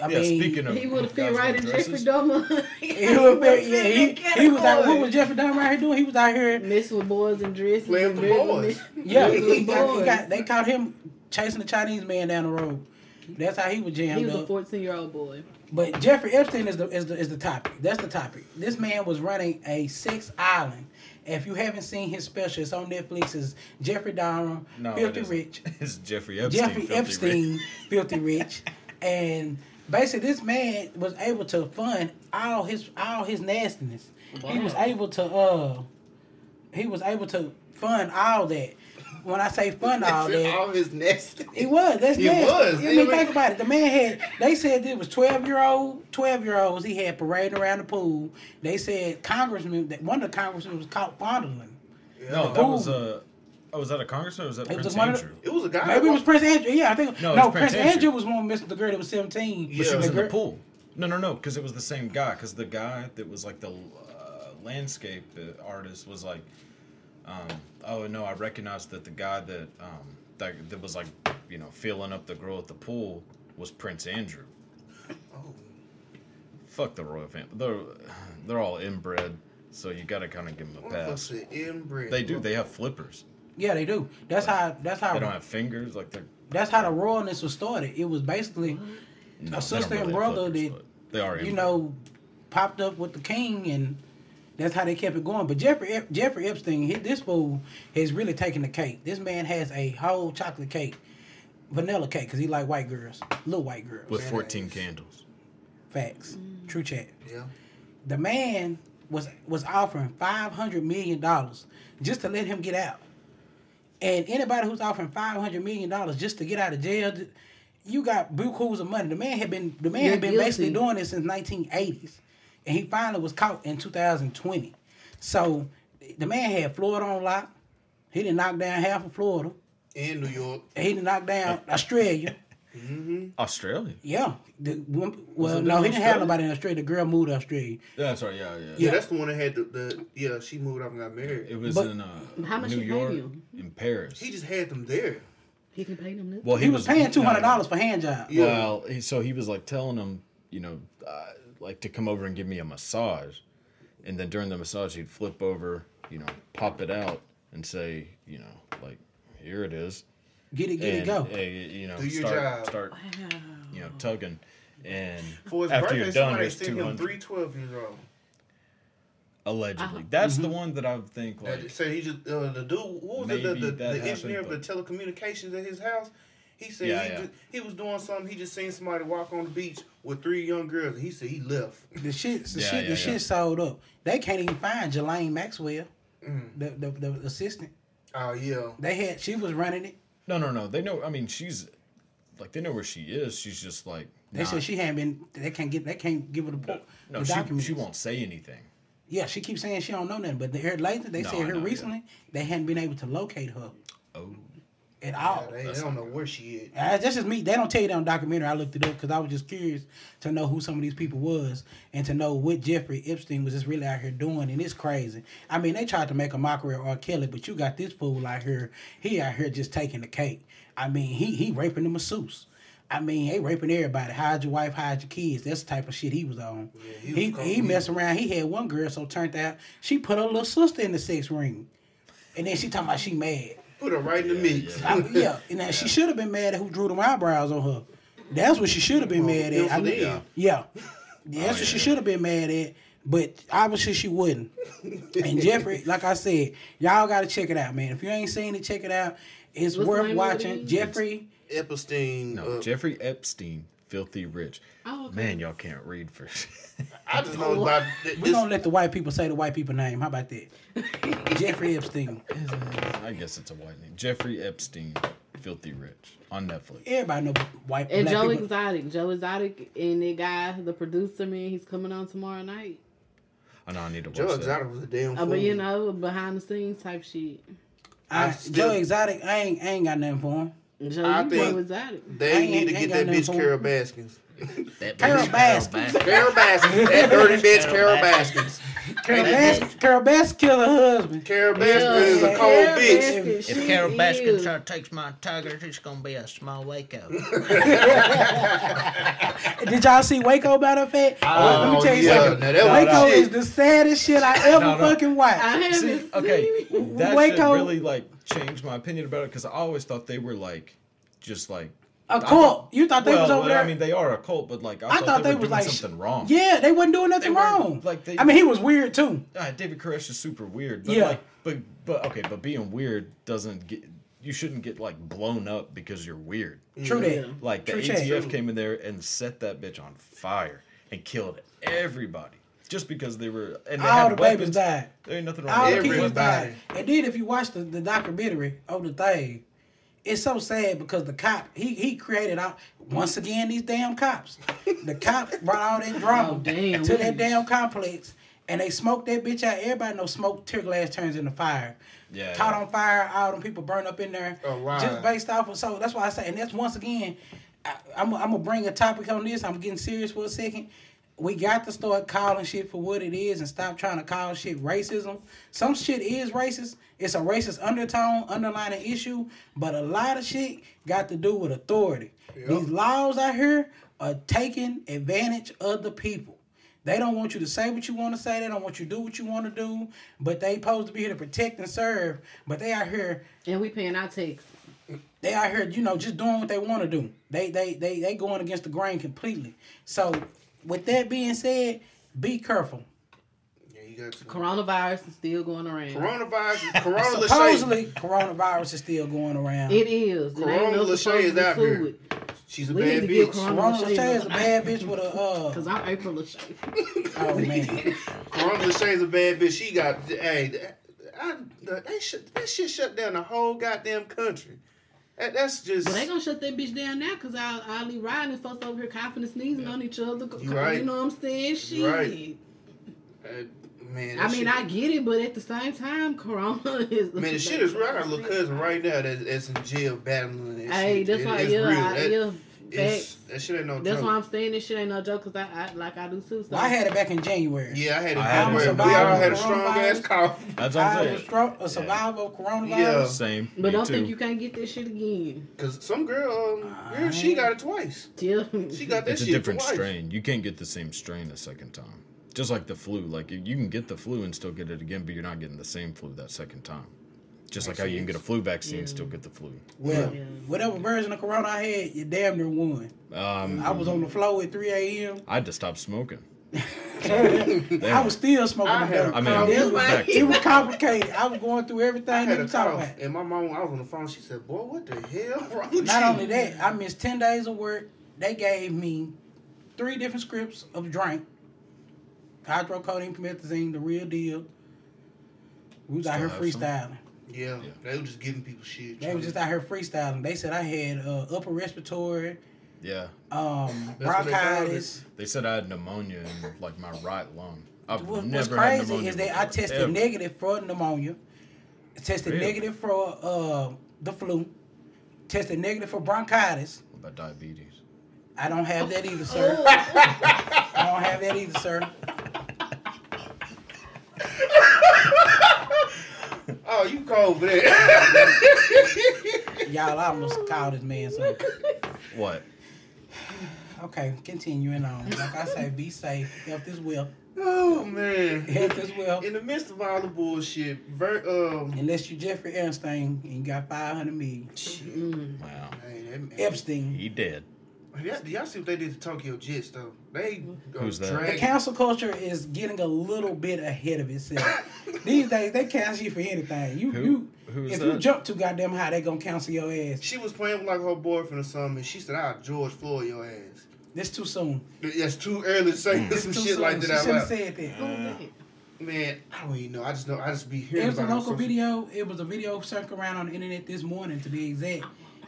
I
Yeah,
mean,
speaking of,
He would have fit
guys
right
with
in
dresses,
Jeffrey Dahmer.
[LAUGHS]
[LAUGHS]
He was, very- yeah, he,
[LAUGHS]
he was out. What was Jeffrey Dahmer out here doing? He was out here
Messing with boys and dresses.
Playing with
Very
boys.
mis-
Yeah,
Little
he got, he
boys.
got, they caught him chasing the Chinese man down the road. That's how he was jammed
He was a
up.
14 year old boy.
But Jeffrey Epstein is the is the is the topic. That's the topic. This man was running a sex island. If you haven't seen his special, it's on Netflix. It's Jeffrey Dahmer,
No, it
Filthy
isn't.
Rich,
[LAUGHS] It's Jeffrey Epstein.
Jeffrey
filthy rich.
Epstein, Filthy Rich, and basically this man was able to fund all his all his nastiness. He was able to uh, he was able to fund all that. When I
[LAUGHS]
say fund all that,
all his nasty.
It was. That's
It
nasty.
was.
I mean,
It was-
think about it. The man had. They said it was twelve year old, twelve year olds. He had parading around the pool. They said congressman. That one of the congressmen was caught fondling.
No, that was a. Oh, was that a congressman? or Was that
It was
Prince
one of the-
Andrew?
It was a guy.
Maybe it was Prince Andrew. Yeah, I think.
No,
No,
it was
Prince,
Prince
Andrew.
Andrew
was one missing the girl that was seventeen.
But she
She was
The
in the
girl-
pool. No, no, no, because it was the same guy. Because the guy that was like the uh, landscape uh, artist was like, um, oh no, I recognized that the guy that um, that that was like, you know, filling up the girl at the pool was Prince Andrew.
Oh.
Fuck the royal family. They're they're all inbred, so you gotta kind of give
Oh,
them a pass.
Motherfuckers are inbred.
They do. They have flippers.
Yeah, they do. That's how. That's how.
They don't have fingers. Like they're
That's how the royalness was started. It was basically
No,
a
they don't
sister and
really have
brother
fuckers,
that
but they are
you
in-
know popped up with the king, and that's how they kept it going. But Jeffrey Ep- Jeffrey Epstein, he, this fool has really taken the cake. This man has a whole chocolate cake, vanilla cake, because he like white girls, little white girls.
with 14 candles.
Facts, true chat.
Yeah.
The man was was offering five hundred million dollars just to let him get out. And anybody who's offering five hundred million dollars just to get out of jail, th- you got bukus of money. The man had been the man
You're
had been basically
guilty.
doing this since nineteen eighties, and he finally was caught in two thousand twenty. So the man had Florida on lock. He didn't knock down half of Florida.
In New York.
He didn't knock
[LAUGHS]
down Australia.
Australia.
Yeah. The, one- well,
it
no,
in
he didn't have
Australia?
nobody in Australia. The girl moved to Australia.
Yeah, that's right. Yeah, yeah.
Yeah, that's the one that had the, the yeah. She moved up and got married.
It was
But-
in uh,
How much
New
he pay
York,
you?
in Paris.
He just had them there.
He can pay them this.
well,
He, was, paying two hundred
no,
dollars for hand job.
Yeah.
Well, he, so he was like telling him, you know, uh, like to come over and give me a massage, and then during the massage he'd flip over, you know, pop it out and say, you know, like here it is,
Get it, get
and
it, go.
eh, you know,
Do your
start
job.
start, you know, tugging, and
For his
after
birthday,
you're done,
somebody
here's
sent
two
him
hundred
three twelve years old.
Uh-huh.
allegedly. That's the
Mm-hmm.
one that I would think
That-
like.
so he just uh, the dude. What was it? The,
Maybe
the,
that
the engineer of
happened,
the telecommunications at his house. He said
Yeah,
he,
yeah.
Just, he was doing something. He just seen somebody walk on the beach with three young girls, and he said he left.
The shit, the
Yeah,
shit,
yeah,
the shit
yeah.
sold up. They can't even find Jelaine Maxwell, the, the the assistant.
Oh yeah.
They had she was running it.
No, no, no. They know. I mean, she's like they know where she is. She's just like
They
not-
said she hadn't been. They can't get. They can't give her the, po-
No,
the
she,
documents.
she won't say anything.
Yeah, she keeps saying she don't know nothing. But they heard later. They
No, I
said here
know, yeah.
recently they hadn't been able to locate her
Oh,
at all.
They, they don't know where she is.
Uh, that's just me. They don't tell you that on documentary. I looked it up because I was just curious to know who some of these people was and to know what Jeffrey Epstein was just really out here doing. And it's crazy. I mean, they tried to make a mockery of R. Kelly, but you got this fool out here. He out here just taking the cake. I mean, he he raping the masseuse. I mean, they raping everybody. Hide your wife, hide your kids. That's the type of shit he was on.
he was
he he,
cold.
messed around. He had one girl so turned out she put her little sister in the sex ring, and then she talking about she mad.
Put her right in the mix.
I, yeah, and now she should have been mad at who drew them eyebrows on her. That's what she should have been mad at. I
Ill for
mean,
them.
yeah, that's what she should have been mad at. But obviously she wouldn't. And Jeffrey, like I said, y'all gotta check it out, man. If you ain't seen it, check it out. It's
What's the
worth
name of
watching.
it?
Jeffrey,
Epstein.
no,
uh,
Jeffrey Epstein, filthy rich.
Oh, okay.
Man, y'all can't read for. [LAUGHS]
I just know about th-
we
this.
don't let the white people say the white people name. How about that?
[LAUGHS]
Jeffrey Epstein.
I guess it's a white name. Jeffrey Epstein, filthy rich on Netflix.
Everybody know white
And
black
Joe
people.
Exotic, Joe Exotic, and the guy, the producer man, he's coming on tomorrow night.
I know I need to watch
Joe
that.
Exotic was a damn
Uh,
fool.
but you know, behind the scenes type shit.
I-
I
Joe
still-
Exotic, I ain't, I ain't got nothing for him.
Joe,
I
you
think-
Joe Exotic.
I
they
ain't-
need to
I
get
ain't got
that
nothing
bitch
for him.
Carol Baskins.
Carol Baskins.
Carol Baskins. That dirty bitch Carol Baskins.
Carol Bass, Carol Bass killed her husband.
Carol Baskins is a cold
Yeah,
bitch.
Baskin, she
If Carol Baskin
is.
try to take my tigers, it's gonna be a small Waco.
Did y'all see Waco about her fat?
Oh,
Let me tell you
yeah.
something.
Now, that was
Waco
shit.
is the saddest shit I ever
No, no.
fucking watched.
I haven't
See,
seen
okay,
it.
that should
Waco-
really like change my opinion about it because I always thought they were like, just like.
a cult. You thought they
well,
was over
well,
there?
I mean, they are a cult, but like I,
I
thought, they, were
was
doing
like
something wrong.
Yeah, they wasn't doing nothing
They weren't,
wrong.
like, they-
I mean, he was weird too.
Ah, David Koresh is super weird. But
Yeah.
Like, but but okay, but being weird doesn't get you shouldn't get like blown up because you're weird.
True
Yeah.
that.
Like the
True shit.
ATF came in there and set that bitch on fire and killed everybody just because they were and they
All
had
the
weapons.
babies died.
There ain't nothing
All
wrong
the
with
kids
everybody.
died.
Everybody.
And then if you watch the, the documentary on the thing, it's so sad because the cop he he created out once again these damn cops. The cops brought all that drama
Oh, damn,
to
we
that
just-
damn complex. And they smoked that bitch out. Everybody knows smoke tear glass turns into fire.
Yeah,
Caught
yeah.
on fire, all them people burned up in there.
Oh, wow.
Just based off of so that's why I say, and that's once again, I, I'm I'm gonna bring a topic on this. I'm getting serious for a second. We got to start calling shit for what it is and stop trying to call shit racism. Some shit is racist. It's a racist undertone, underlying issue, but a lot of shit got to do with authority. These laws out here are taking advantage of the people. They don't want you to say what you want to say. They don't want you to do what you want to do. But they supposed to be here to protect and serve. But they out here
And we paying our taxes.
They out here, you know, just doing what they want to do. They they they they going against the grain completely. So, with that being said, be careful.
Yeah, you got to.
Coronavirus is still going around.
Coronavirus, Corona Lachey.
Supposedly, coronavirus is still going around.
It is. It ain't
Corona
no
Lachey
supposed to
is
be
out here.
fluid.
She's a
We
bad
need to get
bitch.
Corona
Corona Lachey is a
Lachey.
bad bitch with
[LAUGHS]
a uh.
Cause I'm April Lachey.
Oh man,
Corona Lachey's a bad bitch. She got hey, that- I, that, shit, that shit shut down the whole goddamn country. That, that's just
Well, they gonna shut that bitch down now because I'll, I'll be riding and folks over here coughing and sneezing on each other.
You right.
You know what I'm saying? Shit.
right. uh, man.
I
that
mean,
shit-
I get it, but at the same time, Corona [LAUGHS] is.
Man, the shit is real. I got a little cousin right now that, that's in jail battling that
Hey,
shit.
that's
It-
why,
it's
yeah,
real.
I,
That-
yeah.
it's-
Facts.
that shit ain't no
That's
joke.
why I'm saying this shit ain't no joke because I, I, like, I do too. So.
well, I had it back in January.
Yeah, I had a
I had
bad
a
word. We all
survivor
had a
coronavirus.
strong ass cough.
That's what
I
I'm
was
saying.
stro- a survivor of coronavirus.
Yeah.
Same.
but
me
don't
too.
think you can't get this shit again.
[LAUGHS] Cause some girl, um, girl, she got it twice.
Yeah.
She
[LAUGHS]
got that
It's a
shit
different
twice. [LAUGHS]
strain. You can't get the same strain the second time. Just like the flu, like you you can get the flu and still get it again, but you're not getting the same flu that second time. Just like how you can get a flu vaccine and still get the flu.
Well,
Yeah.
whatever version of Corona I had, you damn near won.
Um,
I was on the floor at 3 a.m.
I had to stop smoking.
I was still smoking.
I
I,
had a
I mean,
cough.
it was
Right.
back
it
to
was complicated. I was going through everything
I
they
had a
were talking
cough,
about.
and my mom, I was on the phone. She said, "Boy, what the hell wrong with
Not
you?"
only that, I missed 10 days of work. They gave me three different scripts of drink. Hydrocodone, promethazine, the real deal. We was out here
Still have some?
freestyling.
Yeah, they were just giving people shit.
They was just out here freestyling. They said I had uh, upper respiratory,
Yeah,
um,
That's what they called it.
bronchitis.
they said I had pneumonia in like my right lung. I've
What, what's
never had
crazy
pneumonia
is that
before,
I tested
ever.
negative for pneumonia, tested
Really?
negative for uh, the flu, tested negative for bronchitis.
What about diabetes.
I don't have that either, sir. I don't have that either, sir.
Oh, you cold for that? [LAUGHS]
Y'all, I almost called this man. So
What?
okay, continuing on. Like I say, be safe. Health is well.
oh man.
[LAUGHS] Health is well.
In the midst of all the bullshit, ver- um,
Unless you Jeffrey Epstein and you got five hundred million.
Wow,
man, that-
Epstein.
he did.
Y'all, y'all see what they did to Tokyo Jets though? They uh,
Who's that?
The
dragged-
cancel culture is getting a little bit ahead of itself. These days, they cancel you for anything. You
Who-
you
who is
if
that?
you jump too goddamn high, they gonna cancel your ass.
She was playing with like her boyfriend or something, and she said, "I'll George Floyd your ass."
This too soon.
That's too early to say some
Too
shit
soon.
like that
She
out
shoulda
loud.
said that.
Man, I don't even know. I just know. I just be hearing
It was a
about it on
local
social-
video. It was a video circling around on the internet this morning, to be exact.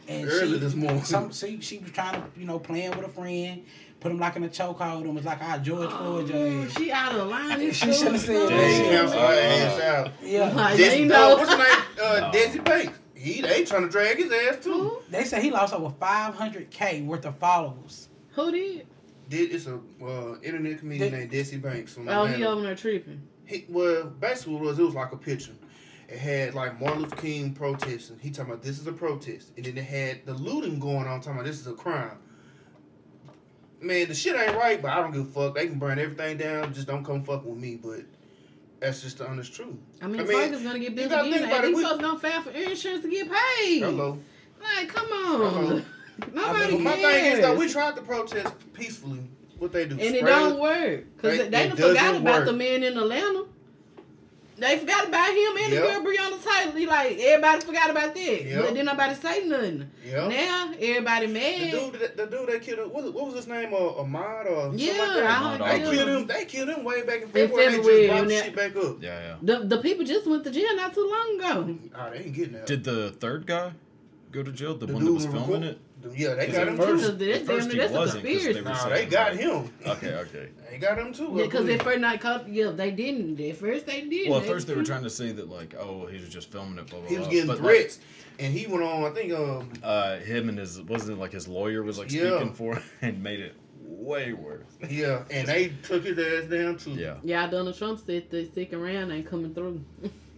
And
Early
she,
this morning.
Some, she, she was trying to, you know, playing with a friend, put him like in a chokehold, and was like, "I
Oh,
George Floyd your ass."
She out of line. and
Oh, [LAUGHS] She
shit.
shoulda said
They
that shit.
cancel her ass out.
Yeah,
Desi,
Like, they
uh,
know.
what's his name? Uh, Desi Banks. He they trying to drag his ass too.
they say he lost over 500k worth of followers.
Who did?
Did it's a uh, internet comedian
They-
named Desi Banks from
Oh, he
Atlanta.
over there tripping.
He, well, basically what it was it was like a picture. It had like Martin Luther King protesting. He talking about this is a protest, and then it had the looting going on. Talking about this is a crime. Man, the shit ain't right, but I don't give a fuck. They can burn everything down. Just don't come fuck with me. But that's just the honest truth.
I mean,
I
I
mean,
is gonna
you
get busy
gotta
again.
think about
Like,
it.
these
We-
folks don't file for insurance to get paid.
Hello.
Like, come
Hello.
on. Nobody
But
cares.
my thing is though, we tried to protest peacefully. What they do?
and it
spray
don't work because
It-
they, they
it
done
doesn't
forgot about
work.
the man in Atlanta. They forgot about him and
Yep.
the girl Breonna Taylor. Like everybody forgot about that,
Yep.
but then nobody say nothing.
Yep.
Now everybody
The
mad.
duld, that- the dude that killed, what, what was his name, uh, Ahmad or something like
yeah,
that?
I don't
I
They
Ahmad.
killed
know.
him. They killed him way back in February.
February,
they just brought
and
the
that-
shit back up.
Yeah, yeah.
The the people just went to jail not too long ago.
Oh, they ain't getting that.
Did the third guy go to jail? The,
The
one that was
who
filming
record-
it?
Yeah, they
'Cause
got
at
him
first-
too.
Because that's
at
damn- that's a conspiracy.
were
Nah,
saying
they got
like-
him.
Okay, okay.
[LAUGHS]
They got him too. I
Because
believe.
at first night caught, yeah, they didn't. At first they did.
Well, at first they were trying to say that like, oh, well, he was just filming it, blah blah.
he was
blah.
getting
Uh, But, like,
threats, and he went on. I think um,
uh, him and his wasn't it like his lawyer was like
Yeah.
speaking for [LAUGHS] him and made it way
[LAUGHS]
worse.
yeah, and they took his ass down too.
Yeah.
Yeah, Donald Trump said the second round ain't coming through.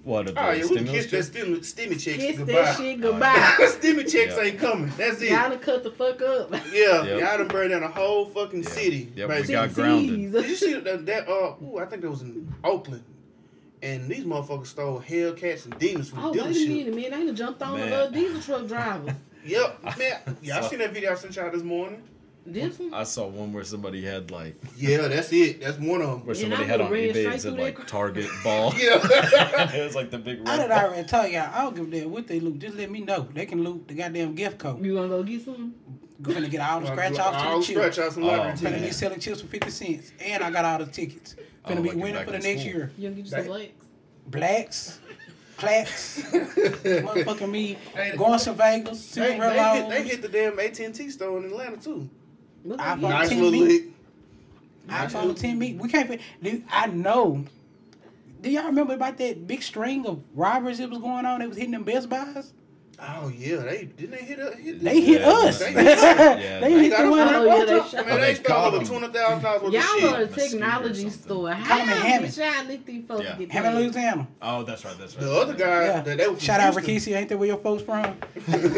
What? Of the
Oh yeah, we
stimulus
kissed that
check?
stimmy, stimmy checks
Kiss
goodbye.
that
[LAUGHS]
[LAUGHS]
shit goodbye.
stimmy checks
Yeah.
ain't coming. That's it.
Y'all
Yeah,
done cut the fuck up. [LAUGHS]
Yep.
y'all done burned down a whole fucking
Yeah.
city.
Yep,
basically.
we got grounded.
Did you
[LAUGHS]
see that? that uh, ooh, I think that was in Oakland, and these motherfuckers stole Hellcats and demons from
Oh,
the
wait a
dealership.
minute, man. They done jumped on
Man. [LAUGHS]
the uh, diesel truck drivers.
[LAUGHS] Yep, man. Y'all
So-
seen that video I sent y'all this morning?
This one?
I saw one where somebody had like
Yeah, that's it. That's one of them.
where
And
somebody
I
had on
would've ran
eBay
straight
it said
through
like
that- [LAUGHS]
Target ball.
[LAUGHS] Yeah.
[LAUGHS] it was like the big
I
red.
done
ball.
already told y'all, I don't give a damn what they loot. Just let me know. They can loot the goddamn gift code.
You gonna go get some?
We're gonna get all the scratch
I'll
offs to the
scratch
chips.
off some
Oh,
oh,
Finna
man.
be selling chips for 50 cents. And I got all the tickets.
Oh,
Finna be
like you're
winning
back
for the
in
next
school.
year.
You gonna get you some
That-
legs?
Blacks, plaques,
Oh,
motherfucking me,
Hey,
going to Vegas,
They,
Super
they, hit,
Bowl,
they hit the damn AT and T store in Atlanta too.
Look
I
at you.
fuck-
Nice
10
little
meat.
lick.
iPhone 10 me. We can't. fit- Dude, I know. Do y'all remember about that big string of robbers that was going on? They was hitting them Best Buys.
Oh yeah, they didn't they hit us. Hit
They hit
Yeah,
us.
they
[LAUGHS] They,
hit us.
Yeah, they-
hit the one.
Oh,
I
yeah,
walked
they
up.
shot-
Man,
Oh,
they
they
stole over
caught 'em.
two hundred thousand dollars worth of
Y'all are
shit.
a
Mesquite or
technology
something.
store.
Call 'em a
How
habit.
did y'all let these folks
Yeah.
get
Hammond,
paid?
Louisiana.
Oh, that's right. That's right.
The other guy,
Yeah.
Uh, that they were from
Shout out
Houston.
Rikishi. Ain't that where your folks
[LAUGHS]
from? [LAUGHS] Ain't
The-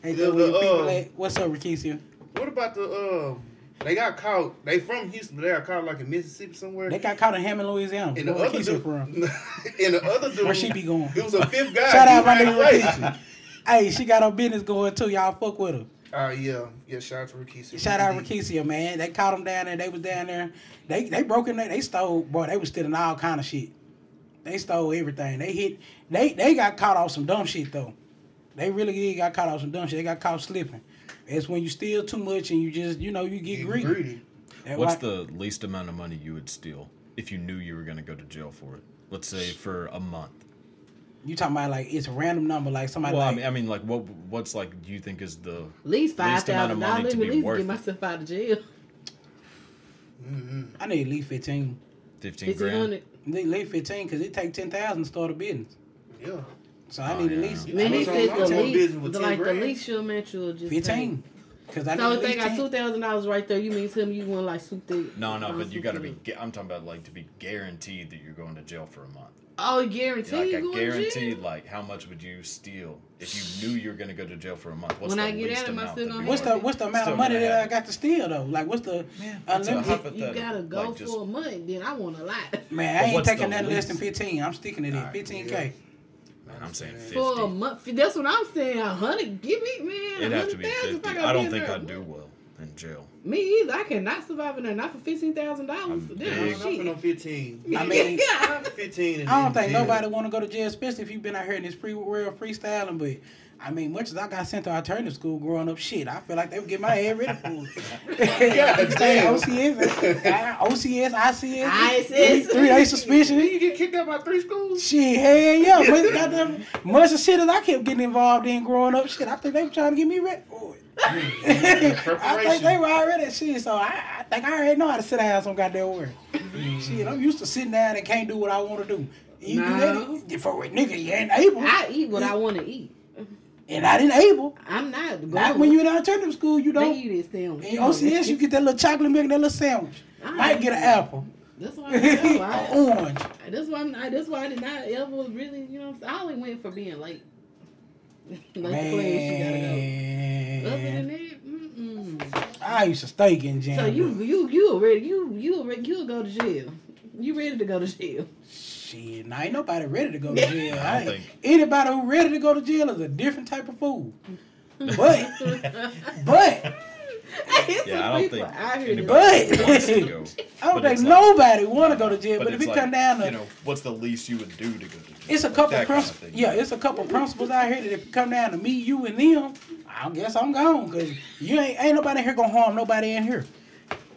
that where
the,
your people
uh,
at? What's up, Rikishi?
What about the uh? They got caught. They from Houston, but they got caught like in Mississippi somewhere.
They got caught in Hammond, Louisiana.
and the
where
other
Rikishi
dude, [LAUGHS]
from?
and the other dude,
Where she be going?
It was a fifth guy.
Shout out
He
my
ran
nigga
away.
Rikishi. Hey, she got her business going too. Y'all fuck with her.
Oh yeah, yeah. Shout out to Rikishi.
Shout out
Rikishi.
Rikisio, man. They caught them down there. They was down there. They they broke in there. They stole. Boy, they was stealing all kind of shit. They stole everything. They hit. They they got caught off some dumb shit though. They really did got caught off some dumb shit. They got caught slipping. It's when you steal too much and you just you know you get
Get
greedy.
greedy.
That
What's
why-
the least amount of money you would steal if you knew you were gonna go to jail for it? Let's say for a month.
you talking about? Like it's a random number. Like somebody
Well, I
like
mean, I mean, like, what? What's like? You think is the
At least five
Least amount of
thousand
money
dollars. Let
to
me
be
at least
worth
get
it.
myself out of jail.
[LAUGHS]
I need at least fifteen.
fifteen
Fifteen
grand?
hundred.
I need at least fifteen because it take ten thousand to start a business.
Yeah.
So I
Oh,
need at
yeah.
least
You
Then
know
he
what I'm
said
talking
the
about?
least,
Business with
the,
10
like the
grand.
least your match will just
fifteen. Cause I need
Pay. So
at
if they
least
got
10.
two thousand dollars right there, you mean tell me you want like swoop the
No, no,
uh,
but you
swoop
gotta
the-
be. gu- I'm talking about like to be guaranteed that you're going to jail for a month.
Oh, guarantee
Like
you
I
going to jail.
guaranteed, like how much would you steal if you knew you were gonna go to jail for a month? What's
When
the
I get
least
out, am I
amount
still
that
gonna
you
What's
would-
the what's the amount
still
of money
gonna
that I
have?
got to steal though? Like what's the
that's a
unlimited?
hypo-
You gotta go
Like, just-
for a month. Then I want
[LAUGHS]
a lot.
Man, I
But
ain't
what's
taking
the
nothing less than
least?
fifteen. I'm sticking to that.
Alright,
Fifteen
yeah.
k.
Man, I'm saying fifty.
For a month. That's what I'm saying. A hundred. Give me,
It'd
man. A
have to
hundred
be
thousand. if
fifty.
gotta
I don't
be in
think
there.
I'd do well in jail.
[LAUGHS]
Me either. I cannot survive in there. Not for fifteen thousand dollars.
I'm
Damn
big.
I'm
shit.
putting on fifteen.
I
[LAUGHS]
mean,
yeah.
I'm fifteen. and
I don't
then
think
jail.
nobody want to go to jail, especially if you've been out here in this free world freestyling. But I mean, much as I got sent to alternative school growing up, shit, I feel like they would get my head ready for
[LAUGHS]
[LAUGHS] it.
God
Stay
damn.
OCS, I- OCS, ICS, three,
ISS.
three day suspension.
You get kicked out by three schools.
Shit, hell yeah. But goddamn, much of shit that I kept getting involved in growing up, shit, I think they were trying to get me ready for it. [LAUGHS] I think they
Preparation.
were already shit, so I, I think I already know how to sit down some goddamn work.
Mm-hmm.
shit, I'm used to sitting down and can't do what I want to do. You do that,
No.
you- for a nigga, you ain't able.
I eat what I want to eat.
and I didn't able.
I'm not going.
Like when you in alternative school, you
they
don't.
eat it sandwich.
In OCS, you get that little chocolate milk, and that little sandwich.
I
Might get an
[LAUGHS]
apple, Oh.
That's why. I, that's
[LAUGHS]
why.
an
I,
orange.
that's why. I'm not, that's why I did not ever really. You know, what I'm saying? I only went for being late. [LAUGHS] like the place you gotta go. Other than
Man,
that, mm-mm.
I used to stay in jail.
So you you you already you you already you'll go to jail. You ready to go
[LAUGHS]
to jail?
Shit, nah, ain't nobody ready to go to jail.
I
I
don't
ain't-
think-
Anybody who ready to go to jail is a different type of fool. But, [LAUGHS] but,
Yeah, I don't think anybody
But-
wants to go.
[LAUGHS] I
But
don't think
it's like-
nobody want to go to jail. But, if
it's
it come down to,
you know, what's the least you would do to go to jail?
it's a
Like
couple
that kind of
principles.
thing.
yeah, it's a couple principles out here that if it come down to me, you, and them, I guess I'm gone because you ain't ain't nobody here gonna harm nobody in here.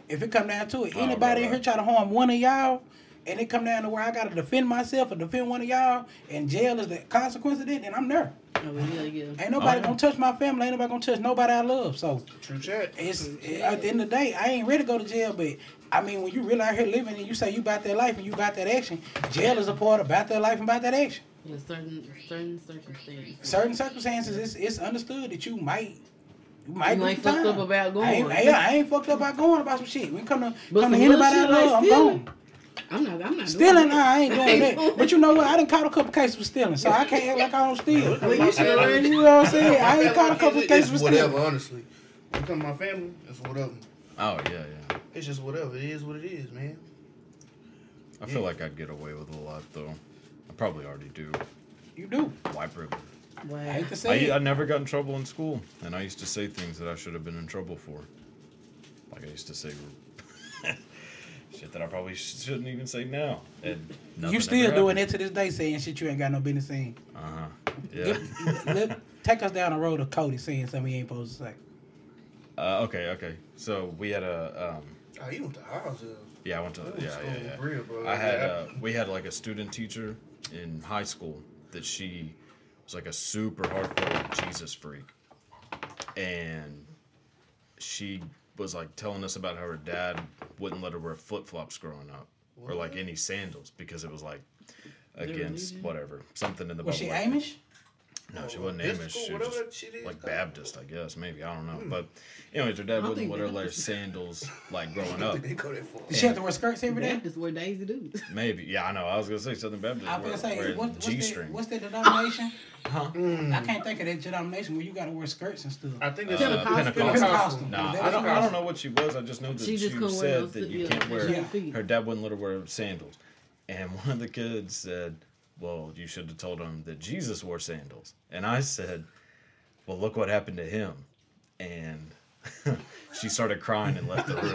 If it come down to it,
Oh,
anybody in
right.
here try to harm one of y'all, and it come down to where I gotta defend myself or defend one of y'all, and jail is the consequence of that, then I'm there.
Oh, yeah, yeah.
Ain't nobody
Oh.
gonna touch my family. Ain't nobody gonna touch nobody I love. So
True chat.
it's at the end of the day, I ain't ready to go to jail. But I mean, when you really out here living and you say you about that life and you about that action, jail is a part about that life and about that action.
In certain certain circumstances.
Certain circumstances, it's it's understood that you might. You might,
You
do
might fucked
time.
up about
I ain't,
going.
yeah, I ain't fucked up about going about some shit. When it come to
But
come to
some little
anybody I
shit like
love, I'm
stealing.
gone.
I'm not. I'm not
Stealing,
Doing
nah, I ain't doing that.
[LAUGHS] doing
But you know what? I done caught a couple cases for stealing, so I can't act like I don't steal.
Well, you should have learned.
You know what I'm saying? I ain't caught a couple
It's
cases for
Whatever,
stealing.
honestly. When it comes to my family, it's whatever.
Oh yeah, yeah.
It's just whatever. It is what it is, man.
I feel like I'd get away with a lot though. I probably already do.
You do.
Wipe it.
I hate to say
I,
it.
I never got in trouble in school, and I used to say things that I should have been in trouble for. Like I used to say [LAUGHS] shit that I probably sh- shouldn't even say now.
you still doing it to this day, saying shit you ain't got no business saying.
Uh huh. Yeah.
[LAUGHS] Let- let- take us down the road of Cody saying something he ain't supposed to say.
uh, okay. Okay. So we had a. Um,
Oh, you went to Hiles
yeah, I went to. Yeah, yeah, yeah.
Real, bro.
I had
Yeah.
uh, we had like a student teacher in high school that she was like a super hardcore Jesus freak, and she was like telling us about how her dad wouldn't let her wear flip flops growing up or like any sandals because it was like against whatever something in the
Was she
Bible.
Amish?
No, she wasn't
This
Amish.
school,
She was
whatever
just,
that shit is,
like
uh,
Baptist, I guess. Maybe I don't know.
Hmm.
But anyways, her dad wouldn't
think
let her wear
Baptist-
sandals like growing up.
[LAUGHS] They go there for
[LAUGHS] Did she have to wear skirts every day?
Baptists were Daisy dudes.
Maybe. Yeah, I know. I was gonna say Southern Baptist.
I was gonna
wear-
say,
wearing
what, what's, the,
G-string.
what's
[LAUGHS]
the denomination? Mm. I can't think of that denomination where you gotta wear skirts and stuff.
I think that's
Uh,
Pentecostal.
Pentecostal.
Nah,
That
I
was
don't. I
awesome.
don't know what she was. I just know that
She
she,
just couldn't wear
said
those
that
sit-
you
yeah,
can't wear.
yeah. feet.
Her dad wouldn't let her wear sandals, and [LAUGHS] one of the kids said, "Well, you should have told him that Jesus wore sandals." And I said, "Well, look what happened to him," and. [LAUGHS] she started crying and left the
[LAUGHS]
room.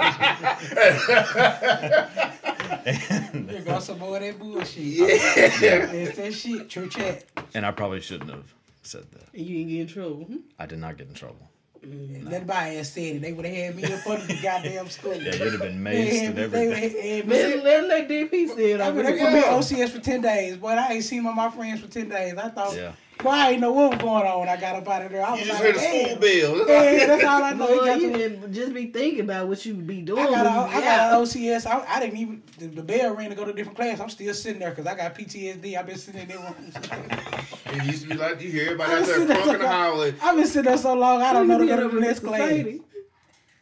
There goes some more of that bullshit. Yeah. It's that shit. True chat.
and I probably shouldn't have said that.
And you didn't get in trouble. Hmm?
I did not get in trouble.
Nobody had said it. They would have had me up under the goddamn school.
Yeah, you'd have been
They
maced
had-
and
they would've
everything.
had me-
Let, let, let DP say it.
I
I
mean,
would
they put me on OCS for 10 days. Boy, I ain't seen one of my friends for 10 days. I thought,
Yeah.
well, I ain't know what was going on when I got up out of there. I was
You just
like,
heard the school
damn.
bell.
Yeah, that's all I know. He
Boy,
got
you
to-
didn't just be thinking about what you be doing.
I got, a,
when
I
you
got an
out.
OCS. I, I didn't even, the, the bell rang to go to a different class. I'm still sitting there because I got PTSD. I've been sitting in that room.
[LAUGHS]
[LAUGHS]
It used to be like you hear everybody
I'm
out there
sitting there
crunking and
like-
howling.
I've been sitting there so long, I don't know to
You
go
be
to
over
the next
Mr.
class.
Spady.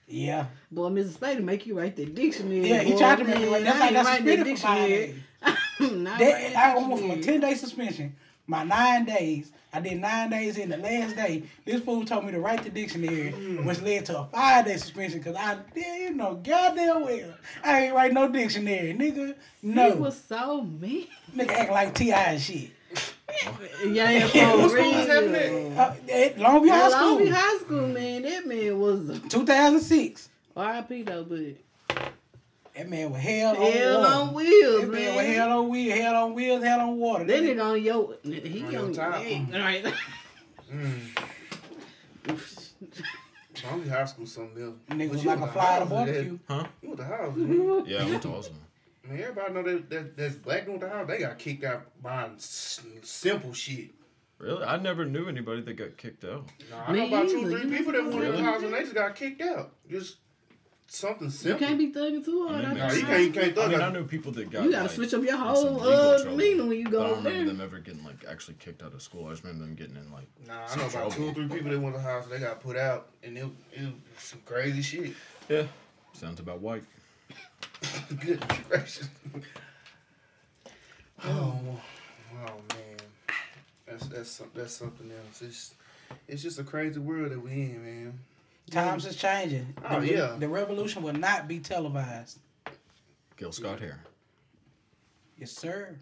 Yeah.
Boy, Mrs. Spady make you write the dictionary.
Yeah, he
boy,
tried to make me write-
man,
that's
I
like
ain't
that's
writing the
suspended for five
dictionary. [LAUGHS] Not
That,
writing the
I almost from a
dictionary.
10 day suspension. My nine days, I did nine days in the last day. This fool told me to write the dictionary, which led to a five day suspension because I didn't know goddamn well. I ain't write no dictionary, nigga. No.
He was so
[LAUGHS]
mean.
nigga act like T.I. and shit.
[LAUGHS] Yeah,
What
for
school was
that
real.
Uh, at Longview High School,
Longview High School, man, that man was
2006.
R.I.P. though, but
That man was hell on
hell
water.
on wheels,
Oh, That man was
man.
hell on wheels, hell on wheels, hell on water.
That nigga on your, he
On
on,
your top. Mm.
All right.
Only high school something else.
nigga
But
was
you
like a
went to
fly on a
Hiles, man.
barbecue.
Huh?
You went to Hiles, man.
Yeah, I went to Austin.
I mean, everybody know that, that that's black dude with the house. They got kicked out buying s- simple shit.
Really? I never knew anybody that got kicked out.
Nah, I
Me
know about two or
either.
three people that went in
Really?
the house and they just got kicked out. Just something
You
simple.
can't be thugging too hard.
I mean,
out
Nah,
there.
you can't, you can't
I
thug
mean, I
out.
knew people that got.
You gotta
like,
switch up your
in
whole,
some legal
uh,
trouble.
meaning when you go
But I don't
over
remember
there.
them ever getting like actually kicked out of school. I just remember them getting in like.
Nah, I
some
know about two or
trouble.
three people that went to the house. They got put out, and it, it was some crazy shit.
Yeah. Sounds about white.
[LAUGHS] Good gracious. Oh, oh man, that's that's some- that's something else. It's it's just a crazy world that we in, man.
Times is changing.
Oh,
the,
yeah.
The revolution will not be televised.
Gil Scott here.
Yes, sir.